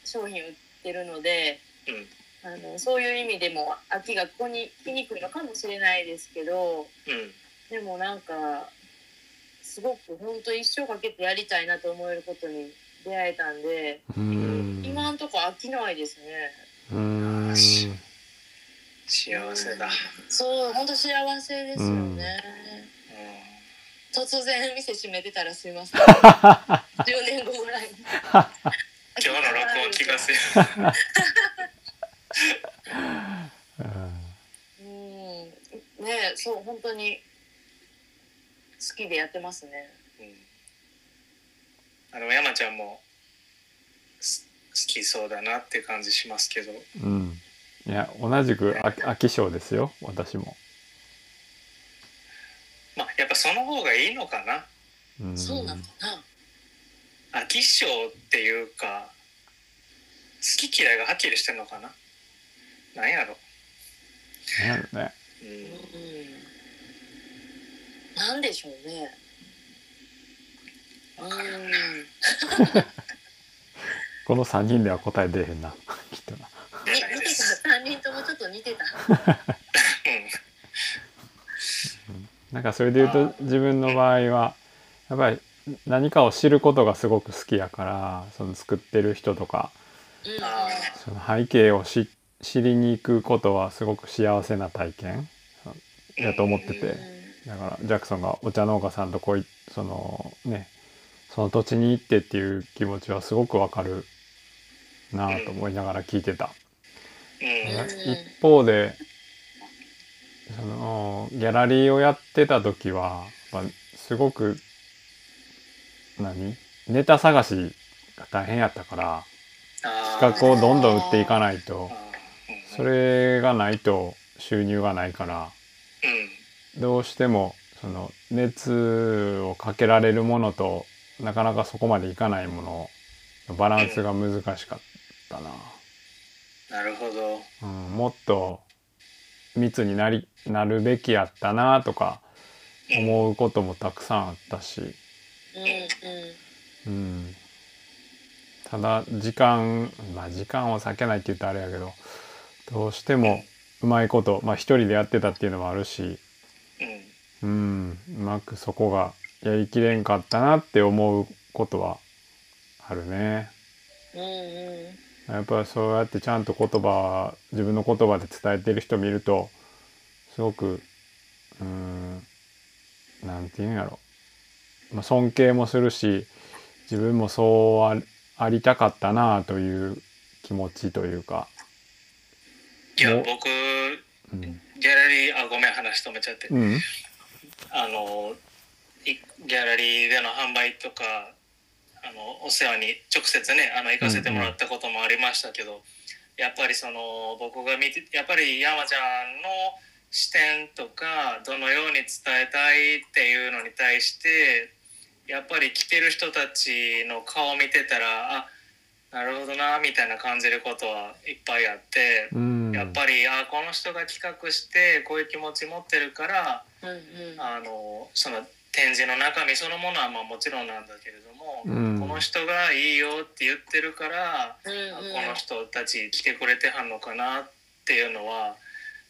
[SPEAKER 3] 商品売ってるので
[SPEAKER 2] うん
[SPEAKER 3] あのそういう意味でも秋がここに来にくいのかもしれないですけど
[SPEAKER 2] うん
[SPEAKER 3] でもなんかすごく本当一生かけてやりたいなと思えることに出会えたんで
[SPEAKER 1] うん。
[SPEAKER 3] 今んとこ飽きないですね。
[SPEAKER 1] うん。
[SPEAKER 2] 幸せだ、
[SPEAKER 3] そう本当幸せですよね。
[SPEAKER 2] う
[SPEAKER 3] 突然店閉めてたらすいません。10年後ぐらいに。
[SPEAKER 2] ん、今日の録音聞かせる
[SPEAKER 3] うんねえそう本当に好きでやってますね
[SPEAKER 2] あの山ちゃんもす好きそうだなって感じしますけど
[SPEAKER 1] うん。いや、同じくあ飽き性ですよ、私も。
[SPEAKER 2] まあやっぱその方がいいのかな
[SPEAKER 1] うん。
[SPEAKER 3] そうなのかな
[SPEAKER 2] 飽き性っていうか好き嫌いがはっきりしてるのかななんやろ、
[SPEAKER 1] なんやろね。
[SPEAKER 2] うん
[SPEAKER 3] うんなんでしょうねうん
[SPEAKER 1] この3人では答え出えへんな。きっとな。
[SPEAKER 2] 出
[SPEAKER 3] に
[SPEAKER 2] ない
[SPEAKER 3] 似
[SPEAKER 2] で
[SPEAKER 3] て
[SPEAKER 2] す、
[SPEAKER 3] た3人ともちょっと似てた
[SPEAKER 2] う
[SPEAKER 1] なんかそれで言うと自分の場合はやっぱり何かを知ることがすごく好きやからその作ってる人とか
[SPEAKER 3] う
[SPEAKER 2] ん、
[SPEAKER 3] ん
[SPEAKER 2] あ
[SPEAKER 1] その背景をし知りに行くことはすごく幸せな体験
[SPEAKER 2] ー
[SPEAKER 1] やと思って
[SPEAKER 3] う
[SPEAKER 1] て
[SPEAKER 3] ん
[SPEAKER 1] だからジャクソンがお茶農家さんとこういそのねその土地に行ってっていう気持ちはすごくわかるなぁと思いながら聞いてた。
[SPEAKER 2] うん
[SPEAKER 3] うん
[SPEAKER 1] 一方でそのギャラリーをやってた時はやっぱすごく何ネタ探しが大変やったから
[SPEAKER 2] あー
[SPEAKER 1] 企画をどんどん売っていかないと
[SPEAKER 2] あーうん
[SPEAKER 1] それがないと収入がないから
[SPEAKER 2] うん
[SPEAKER 1] どうしてもその熱をかけられるものとなかなかそこまでいかないもののバランスが難しかったな。
[SPEAKER 2] なるほど
[SPEAKER 1] うん、もっと密になりなるべきやったなとか思うこともたくさんあったし、
[SPEAKER 3] う
[SPEAKER 1] うん、ただ時間まあ時間を避けないって言ったらあれやけどどうしてもうまいことまあ一人でやってたっていうのもあるし、
[SPEAKER 2] う
[SPEAKER 1] う
[SPEAKER 2] ん
[SPEAKER 1] ん、うまくそこがやりきれんかったなって思うことはあるね。
[SPEAKER 3] んうんうん
[SPEAKER 1] やっぱりそうやってちゃんと言葉自分の言葉で伝えてる人見るとすごくうーんなんていうんやろ、まあ、尊敬もするし自分もそうあありたかったなあという気持ちというか、
[SPEAKER 2] いや
[SPEAKER 1] お
[SPEAKER 2] 僕
[SPEAKER 1] うん
[SPEAKER 2] ギャラリーあごめん話止めちゃって
[SPEAKER 1] うん
[SPEAKER 2] あのいギャラリーでの販売とかあのお世話に直接ねあの行かせてもらったこともありましたけど、やっぱりその僕が見てやっぱり山ちゃんの視点とかどのように伝えたいっていうのに対してやっぱり来てる人たちの顔を見てたらあなるほどなみたいな感じることはいっぱいあって。
[SPEAKER 1] うん
[SPEAKER 2] やっぱりあこの人が企画してこういう気持ち持ってるから
[SPEAKER 3] うんうん
[SPEAKER 2] あのその展示の中身そのものはまあもちろんなんだけれども、
[SPEAKER 1] うん
[SPEAKER 2] この人がいいよって言ってるから、あ
[SPEAKER 3] うんうん
[SPEAKER 2] この人たち来てくれてはんのかなっていうのは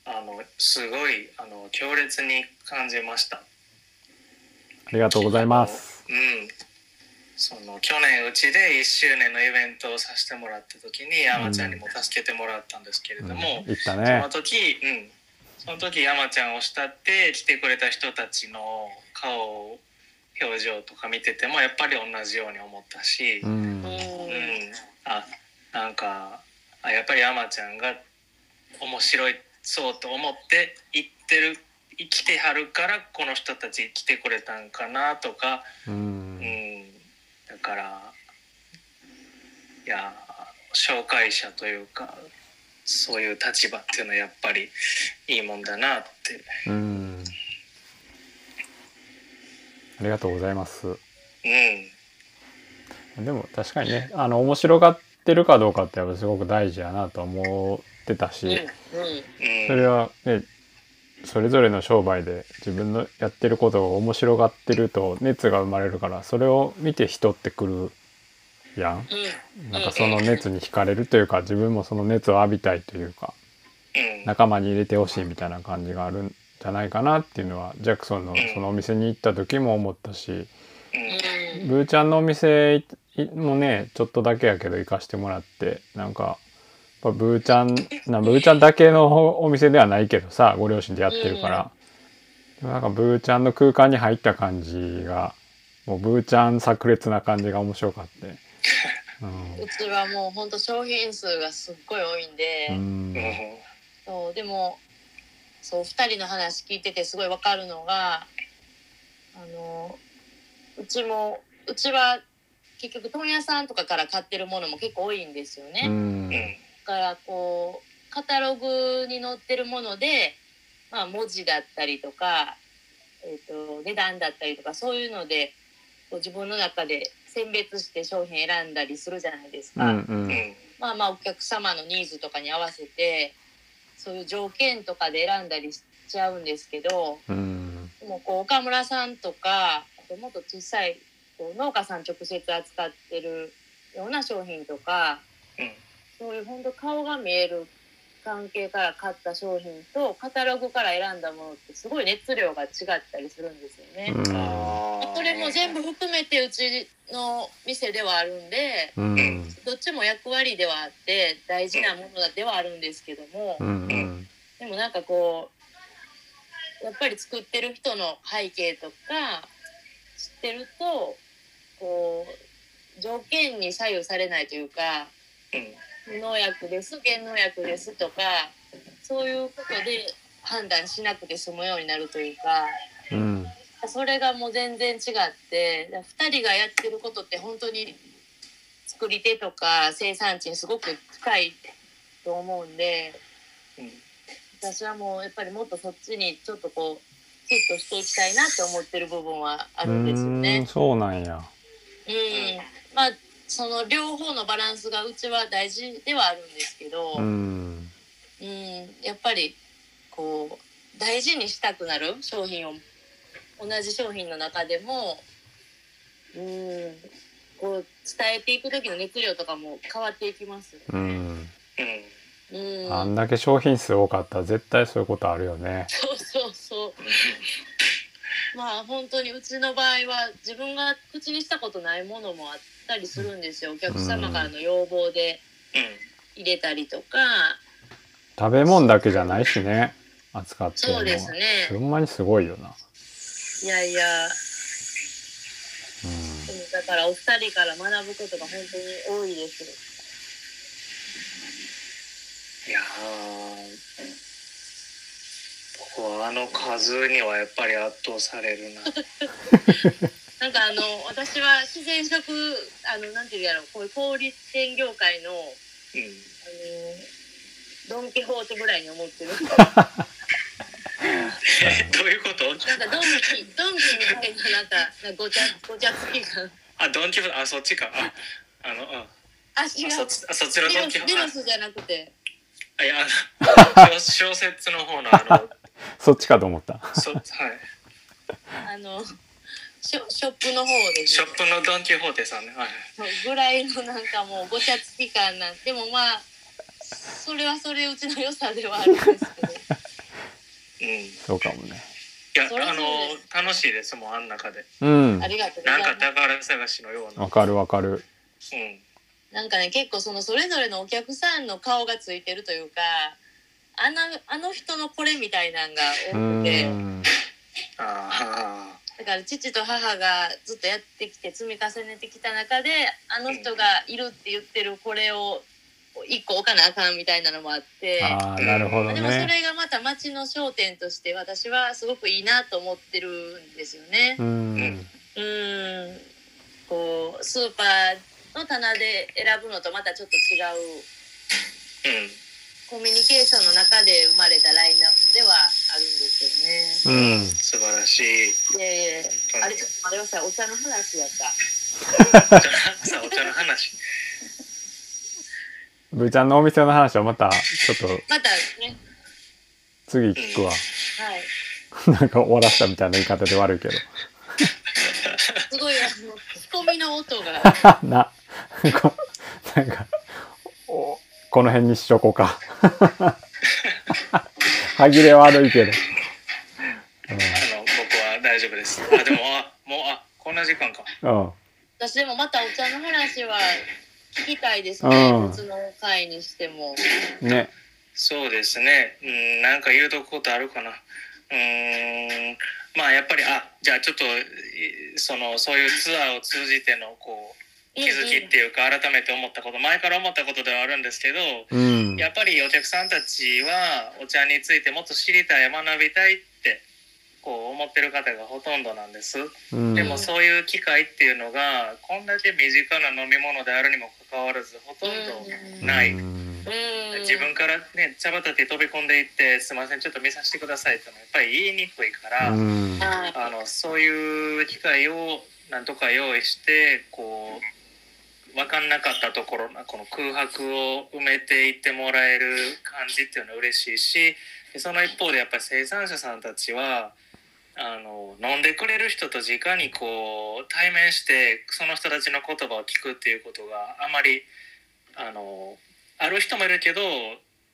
[SPEAKER 2] あのすごいあの強烈に感じました。
[SPEAKER 1] ありがとうございます。
[SPEAKER 2] うん、その去年うちで1周年のイベントをさせてもらった時に山ちゃんにも助けてもらったんですけれ
[SPEAKER 1] うん、
[SPEAKER 2] ども、
[SPEAKER 1] 行った
[SPEAKER 2] そ
[SPEAKER 1] ね
[SPEAKER 2] の。時、うん、その時山ちゃんを慕って来てくれた人たちの顔表情とか見ててもやっぱり同じように思ったし、
[SPEAKER 1] う
[SPEAKER 2] うん
[SPEAKER 1] ん
[SPEAKER 2] あなんかあやっぱり山ちゃんが面白いそうと思って行ってる生きてはるからこの人たち来てくれたんかなとか、
[SPEAKER 1] う
[SPEAKER 2] うんん、だからいや紹介者というかそういう立場っていうのはやっぱりいいもんだなって、
[SPEAKER 1] うんありがとうございます。
[SPEAKER 2] う
[SPEAKER 1] でも確かにねあの面白がってるかどうかってやっぱすごく大事やなと思ってたし、
[SPEAKER 3] うんうん
[SPEAKER 2] んうん、
[SPEAKER 1] それはねそれぞれの商売で自分のやってることを面白がってると熱が生まれるからそれを見て人ってくるやん
[SPEAKER 3] うん
[SPEAKER 1] なんかその熱に惹かれるというか自分もその熱を浴びたいというか
[SPEAKER 2] うん
[SPEAKER 1] 仲間に入れてほしいみたいな感じがあるんじゃないかなっていうのはジャクソンのそのお店に行った時も思ったし
[SPEAKER 2] うん
[SPEAKER 3] うん
[SPEAKER 1] ブーちゃんのお店もねちょっとだけやけど行かしてもらってなんかやっぱブーちゃんなブーちゃんだけのお店ではないけどさご両親でやってるから、でもなんかブーちゃんの空間に入った感じがもうブーちゃん炸裂な感じが面白かって、
[SPEAKER 3] うちはもうほんと商品数がすっごい多いんで、
[SPEAKER 1] うん
[SPEAKER 2] うん
[SPEAKER 3] そうでもそう2人の話聞いててすごいわかるのがあのうちもうちは結局問屋さんとかから買ってるものも結構多いんですよね。
[SPEAKER 1] う
[SPEAKER 2] うんん
[SPEAKER 3] だからこうカタログに載ってるもので、まあ、文字だったりとか、えー、と値段だったりとかそういうのでこう自分の中で選別して商品選んだりするじゃないです
[SPEAKER 1] う
[SPEAKER 3] か、
[SPEAKER 1] んうん
[SPEAKER 2] うん
[SPEAKER 3] まあまあお客様のニーズとかに合わせてそういう条件とかで選んだりしちゃうんですけど
[SPEAKER 1] うん
[SPEAKER 3] でもこう岡村さんとかあともっと小さいこう農家さん直接扱ってるような商品とか
[SPEAKER 2] うん
[SPEAKER 3] そういう本当顔が見える関係から買った商品とカタログから選んだものってすごい熱量が違ったりするんですよね。
[SPEAKER 2] あー
[SPEAKER 3] それも全部含めてうちの店ではあるんで
[SPEAKER 1] うんうん
[SPEAKER 3] どっちも役割ではあって大事なものではあるんですけども
[SPEAKER 1] うんうん
[SPEAKER 3] でもなんかこうやっぱり作ってる人の背景とか知ってるとこう条件に左右されないというか
[SPEAKER 2] うん
[SPEAKER 3] 無農薬です減農薬ですとかそういうことで判断しなくて済むようになるというか
[SPEAKER 1] うん
[SPEAKER 3] それがもう全然違って2人がやってることって本当に作り手とか生産地にすごく深いと思うんで
[SPEAKER 2] うん
[SPEAKER 3] 私はもうやっぱりもっとそっちにちょっとこうフィットしていきたいなって思ってる部分はあるんですよね
[SPEAKER 1] うーん。そうなんや
[SPEAKER 3] うんまあその両方のバランスがうちは大事ではあるんですけど。
[SPEAKER 1] うん
[SPEAKER 3] うん、やっぱりこう大事にしたくなる商品を同じ商品の中でも、うん、こう伝えていく時の熱量とかも変わっていきますよ
[SPEAKER 1] う
[SPEAKER 3] ね。
[SPEAKER 1] ん
[SPEAKER 2] うん
[SPEAKER 3] うん、
[SPEAKER 1] あんだけ商品数多かったら絶対そういうことあるよね
[SPEAKER 3] そうそう そうまあ本当にうちの場合は自分が口にしたことないものもあったりするんですよお客様からの要望で
[SPEAKER 2] うん
[SPEAKER 3] 入れたりとか、
[SPEAKER 1] 食べ物だけじゃないしね扱ってるの
[SPEAKER 3] そ
[SPEAKER 1] は
[SPEAKER 3] うです
[SPEAKER 1] ほ
[SPEAKER 3] ね
[SPEAKER 1] んまにすごいよな、
[SPEAKER 3] いやいや
[SPEAKER 1] うん、
[SPEAKER 3] うんだからお二人から学ぶことが本当に多いです。
[SPEAKER 2] いやー僕はあの数にはやっぱり圧倒されるな。
[SPEAKER 3] なんかあの私は自然食あのなんていうんやろこういう小売店業界のあの
[SPEAKER 2] う
[SPEAKER 3] ドンキホーテぐらいに思ってる。
[SPEAKER 2] ん、どういうこと
[SPEAKER 3] なんかドンキドンキみたいななんかなんかごちゃごちゃつき感。
[SPEAKER 2] あ、ドンキホーテ、あ、そっちか。あ、あの、うん。
[SPEAKER 3] あ
[SPEAKER 2] あ
[SPEAKER 3] 違。
[SPEAKER 2] そうあそちら
[SPEAKER 3] デ
[SPEAKER 2] ドン
[SPEAKER 3] ロ
[SPEAKER 2] キホー
[SPEAKER 3] ス
[SPEAKER 2] テ
[SPEAKER 3] デロスじゃなくて。
[SPEAKER 2] あ。いや、あの 小説の方の あ
[SPEAKER 1] そっちかと思った
[SPEAKER 2] の、そはい、
[SPEAKER 3] あのショショップの方です
[SPEAKER 2] ショ
[SPEAKER 3] ね
[SPEAKER 2] ッ。プのドンキホーテさんね。はい、
[SPEAKER 3] ぐらいのなんかもうごちゃつき感なんでもまあそれはそれでうちの良さではあるんですけど。
[SPEAKER 2] うん。い
[SPEAKER 1] そうかもね
[SPEAKER 2] や、
[SPEAKER 3] それ
[SPEAKER 2] あ
[SPEAKER 3] そうで
[SPEAKER 2] の、楽しいですもん、あん中で。
[SPEAKER 1] うん
[SPEAKER 3] ありがとうござ
[SPEAKER 2] ないん
[SPEAKER 3] ます
[SPEAKER 2] か。宝探しのような。
[SPEAKER 1] わかるわかる
[SPEAKER 2] うん。
[SPEAKER 3] なんかね結構そのそれぞれのお客さんの顔がついてるというかあのあの人のこれみたいなんが
[SPEAKER 1] う
[SPEAKER 3] 多くて
[SPEAKER 1] ん
[SPEAKER 2] あ
[SPEAKER 3] だから父と母がずっとやってきて積み重ねてきた中であの人がいるって言ってるこれを一個置かなあかんみたいなのもあって
[SPEAKER 1] ああなるほど
[SPEAKER 3] でもそ
[SPEAKER 1] ね
[SPEAKER 3] れがまた町の商店として私はすごくいいなと思ってるんですよね
[SPEAKER 1] う。ん
[SPEAKER 3] うーんこうスーパーの棚で選ぶのとまたちょっと違う
[SPEAKER 2] あ。うん。
[SPEAKER 3] コミュニケーションの中で生まれたラインナップではあるんです
[SPEAKER 1] う
[SPEAKER 3] よね。
[SPEAKER 1] ん
[SPEAKER 2] 素晴らし い。
[SPEAKER 3] いやいや、
[SPEAKER 2] 本
[SPEAKER 3] あ
[SPEAKER 2] 当
[SPEAKER 3] れ
[SPEAKER 2] に
[SPEAKER 3] ちょっとあれはさ、お茶の話やった。
[SPEAKER 2] お茶のさお茶の話。
[SPEAKER 1] ぶーちゃんのお店の話はまたちょっと
[SPEAKER 3] またね、
[SPEAKER 1] 次聞くわ
[SPEAKER 3] はい。
[SPEAKER 1] なんか終わらしたみたいな言い方で悪いけど。
[SPEAKER 3] すごい、あの、仕込みの音が。
[SPEAKER 1] な、こなんか、おこの辺にしとこうか。歯切れ悪いけど。
[SPEAKER 2] あの僕は大丈夫です。あでもあもうあこんな時間か。
[SPEAKER 1] うん。うん。
[SPEAKER 3] 私でもまたお茶の話は聞きたいです
[SPEAKER 1] うん
[SPEAKER 3] ね。別の回にしても。
[SPEAKER 1] ね。
[SPEAKER 2] そうですね。うんなんか言うとくことあるかな。うーんまあやっぱりあじゃあちょっといそのそういうツアーを通じてのこう気づきっていうか改めて思ったこと前から思ったことではあるんですけど。
[SPEAKER 1] うん。
[SPEAKER 2] やっぱりお客さんたちはお茶についてもっと知りたい学びたいってこう思ってる方がほとんどなんです、
[SPEAKER 1] うん。
[SPEAKER 2] でもそういう機会っていうのがこんだけ身近な飲み物であるにもかかわらずほとんどない、
[SPEAKER 1] うん
[SPEAKER 3] うん
[SPEAKER 2] 自分からね茶畑に飛び込んでいって「すいませんちょっと見させてください」ってのはやっぱり言いにくいから、
[SPEAKER 1] うん。
[SPEAKER 3] はい。
[SPEAKER 2] あのそういう機会をなんとか用意してこう分かんなかったところなこの空白を埋めていってもらえる感じっていうのは嬉しいしでその一方でやっぱり生産者さんたちはあの飲んでくれる人と直にこう対面してその人たちの言葉を聞くっていうことがあまりあのある人もいるけど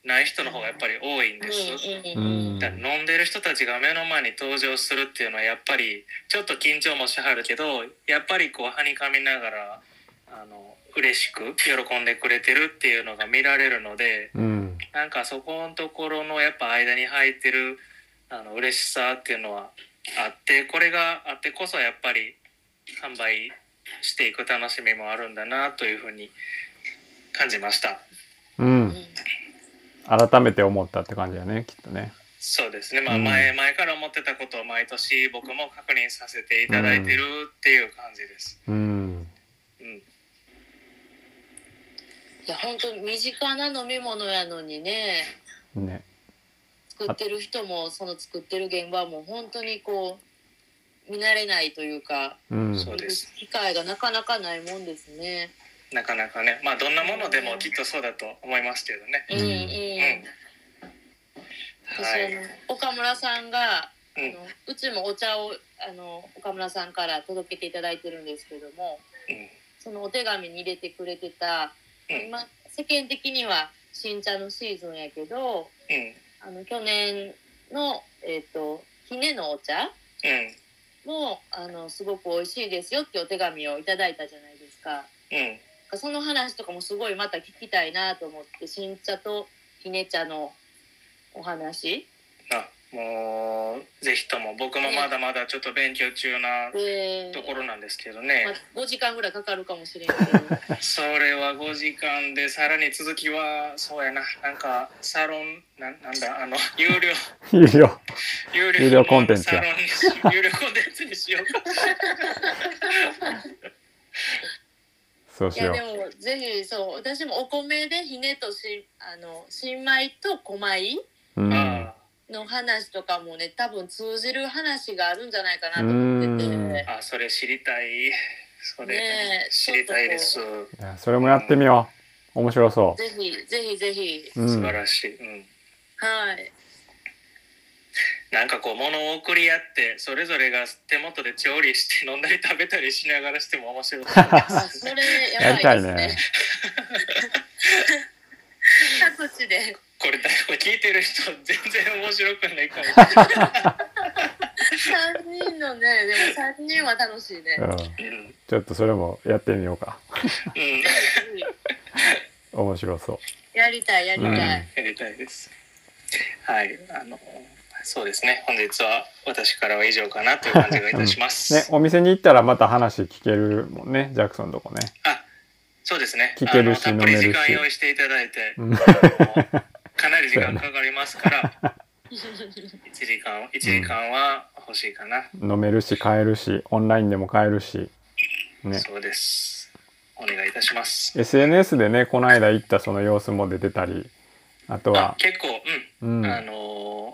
[SPEAKER 2] ない人の方がやっぱり多いんです。
[SPEAKER 1] う
[SPEAKER 3] うん
[SPEAKER 1] ん。
[SPEAKER 2] だから飲んでる人たちが目の前に登場するっていうのはやっぱりちょっと緊張もしはるけどやっぱりこうはにかみながらあの嬉しく喜んでくれてるっていうのが見られるので
[SPEAKER 1] うん。
[SPEAKER 2] なんかそこのところのやっぱ間に入ってるあの嬉しさっていうのはあってこれがあってこそやっぱり販売していく楽しみもあるんだなというふうに感じました。
[SPEAKER 1] うん。改めて思ったって感じだね、きっとね。
[SPEAKER 2] そうですね、まあ
[SPEAKER 1] うん
[SPEAKER 2] 前、前から思ってたことを毎年僕も確認させていただいてるっていう感じです。
[SPEAKER 1] うん。
[SPEAKER 2] うん、
[SPEAKER 3] いや本当に身近な飲み物やのにね
[SPEAKER 1] ね。
[SPEAKER 3] 作ってる人もその作ってる現場も本当にこう見慣れないというか
[SPEAKER 1] うん。
[SPEAKER 2] そうです
[SPEAKER 3] 機会がなかなかないもんですね。
[SPEAKER 2] なかなかね、まあどんなものでもきっとそうだと思いますけどね。
[SPEAKER 1] う
[SPEAKER 3] うんん
[SPEAKER 2] う
[SPEAKER 3] うん
[SPEAKER 2] ん。
[SPEAKER 3] 私
[SPEAKER 2] は
[SPEAKER 3] あ
[SPEAKER 2] い。
[SPEAKER 3] の岡村さんがあ
[SPEAKER 2] うん
[SPEAKER 3] のうちもお茶をあの岡村さんから届けていただいてるんですけどもそのお手紙に入れてくれてた、
[SPEAKER 2] うん
[SPEAKER 3] 今世間的には新茶のシーズンやけど
[SPEAKER 2] うん。うん。
[SPEAKER 3] あの去年のえっ、とひねのお茶もあのすごく美味しいですよってお手紙をいただいたじゃないですか。
[SPEAKER 2] うん。うん。
[SPEAKER 3] その話とかもすごいまた聞きたいなと思って新茶とひね茶のお話
[SPEAKER 2] あ、もうぜひとも僕もまだまだちょっと勉強中な
[SPEAKER 3] で、
[SPEAKER 2] ところなんですけど
[SPEAKER 3] ま
[SPEAKER 2] ね。
[SPEAKER 3] あ、5時間ぐらいかかるかもしれんけ ど
[SPEAKER 2] それは5時間でさらに続きはそうやな。なんかサロンなんなんだあの有料
[SPEAKER 1] いいよ。
[SPEAKER 2] 有料
[SPEAKER 1] 有料コンテンツや
[SPEAKER 2] サロンにし有料コンテンツにしようか。
[SPEAKER 1] そう
[SPEAKER 3] い
[SPEAKER 1] し
[SPEAKER 3] や
[SPEAKER 1] よ
[SPEAKER 3] でもぜひそう私もお米でひねとしあの新米と小米
[SPEAKER 1] う。うん。
[SPEAKER 2] あ
[SPEAKER 3] の話とかもね多分通じる話があるんじゃないかなと思ってて
[SPEAKER 1] うん
[SPEAKER 2] あ、それ知りたい。それ、
[SPEAKER 3] ねえ
[SPEAKER 2] 知りたいです。
[SPEAKER 1] いやそれもやってみよう。面白そ
[SPEAKER 3] ぜひぜひぜひ、
[SPEAKER 1] う。うん。
[SPEAKER 2] 素晴らしい。うん。
[SPEAKER 3] はい
[SPEAKER 2] なんかこう物を送り合ってそれぞれが手元で調理して飲んだり食べたりしながらしても面白い
[SPEAKER 3] あそ れ
[SPEAKER 1] や
[SPEAKER 3] やば
[SPEAKER 1] りた
[SPEAKER 3] いで
[SPEAKER 1] い
[SPEAKER 3] すね
[SPEAKER 1] ね。
[SPEAKER 3] 各地で
[SPEAKER 2] これこれ聞いてる人全然面白くないかもしれない
[SPEAKER 3] 3人のねでも3人は楽しいね
[SPEAKER 1] うん。
[SPEAKER 2] うん
[SPEAKER 1] ちょっとそれもやってみようか。
[SPEAKER 2] うん
[SPEAKER 1] 面白そう。
[SPEAKER 3] やりたいやりたい、
[SPEAKER 1] うん
[SPEAKER 2] やりたいですはいあのそうですね本日は私からは以上かなという感じがいたします、
[SPEAKER 1] ね、お店に行ったらまた話聞けるもんね、ジャクソンのとこね。
[SPEAKER 2] あそうですね
[SPEAKER 1] 聞けるし
[SPEAKER 2] あのたっぷり
[SPEAKER 1] 飲める
[SPEAKER 2] 時
[SPEAKER 1] し
[SPEAKER 2] 間用意していただいて
[SPEAKER 1] うん
[SPEAKER 2] あのかなり時間かかりますから、1時間、一時間は欲しいかな。
[SPEAKER 1] 飲めるし、買えるし、オンラインでも買えるし。ね。
[SPEAKER 2] そうです。お願いいたします。
[SPEAKER 1] SNS でね、この間行ったその様子も出てたり、あと
[SPEAKER 2] あ
[SPEAKER 1] は、
[SPEAKER 2] 結構、う、
[SPEAKER 1] うんん。
[SPEAKER 2] あのー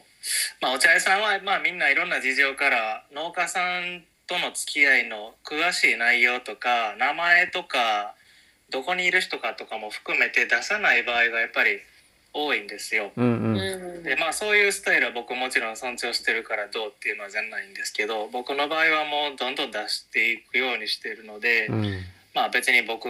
[SPEAKER 2] まあ、お茶屋さんは、まあ、みんないろんな事情から、農家さんとの付き合いの詳しい内容とか、名前とか、どこにいる人かとかも含めて出さない場合がやっぱり多いんですよ。
[SPEAKER 1] うんう
[SPEAKER 3] うんん
[SPEAKER 2] でまあそういうスタイルは僕もちろん尊重してるからどうっていうのはじゃないんですけど僕の場合はもうどんどん出していくようにしてるので、
[SPEAKER 1] うん
[SPEAKER 2] まあ別に僕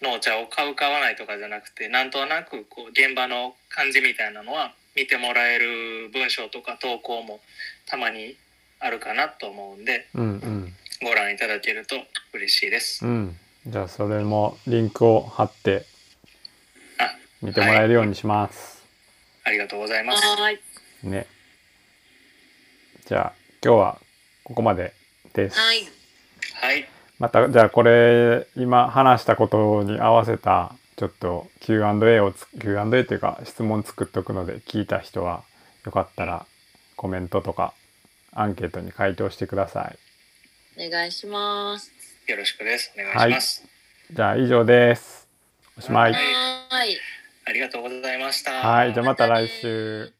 [SPEAKER 2] のお茶を買う買わないとかじゃなくてなんとなくこう現場の感じみたいなのは見てもらえる文章とか投稿もたまにあるかなと思うんで
[SPEAKER 1] うんうん
[SPEAKER 2] ご覧いただけると嬉しいです。
[SPEAKER 1] うんじゃあそれもリンクを貼って
[SPEAKER 2] あ
[SPEAKER 1] 見てもらえるようにします、
[SPEAKER 2] ありがとうございます。
[SPEAKER 3] はーい。
[SPEAKER 1] ねじゃあ今日はここまでです
[SPEAKER 3] はい。
[SPEAKER 2] はい、
[SPEAKER 1] またじゃあこれ今話したことに合わせたちょっと Q&A をつ Q&A っていうか質問作っとくので聞いた人はよかったらコメントとかアンケートに回答してください
[SPEAKER 3] お願いします。
[SPEAKER 2] よろしくです。お願いします。
[SPEAKER 1] じゃあ以上ですおしまい
[SPEAKER 2] はい
[SPEAKER 3] はーい。
[SPEAKER 2] ありがとうございました。
[SPEAKER 1] はいじゃあまた来週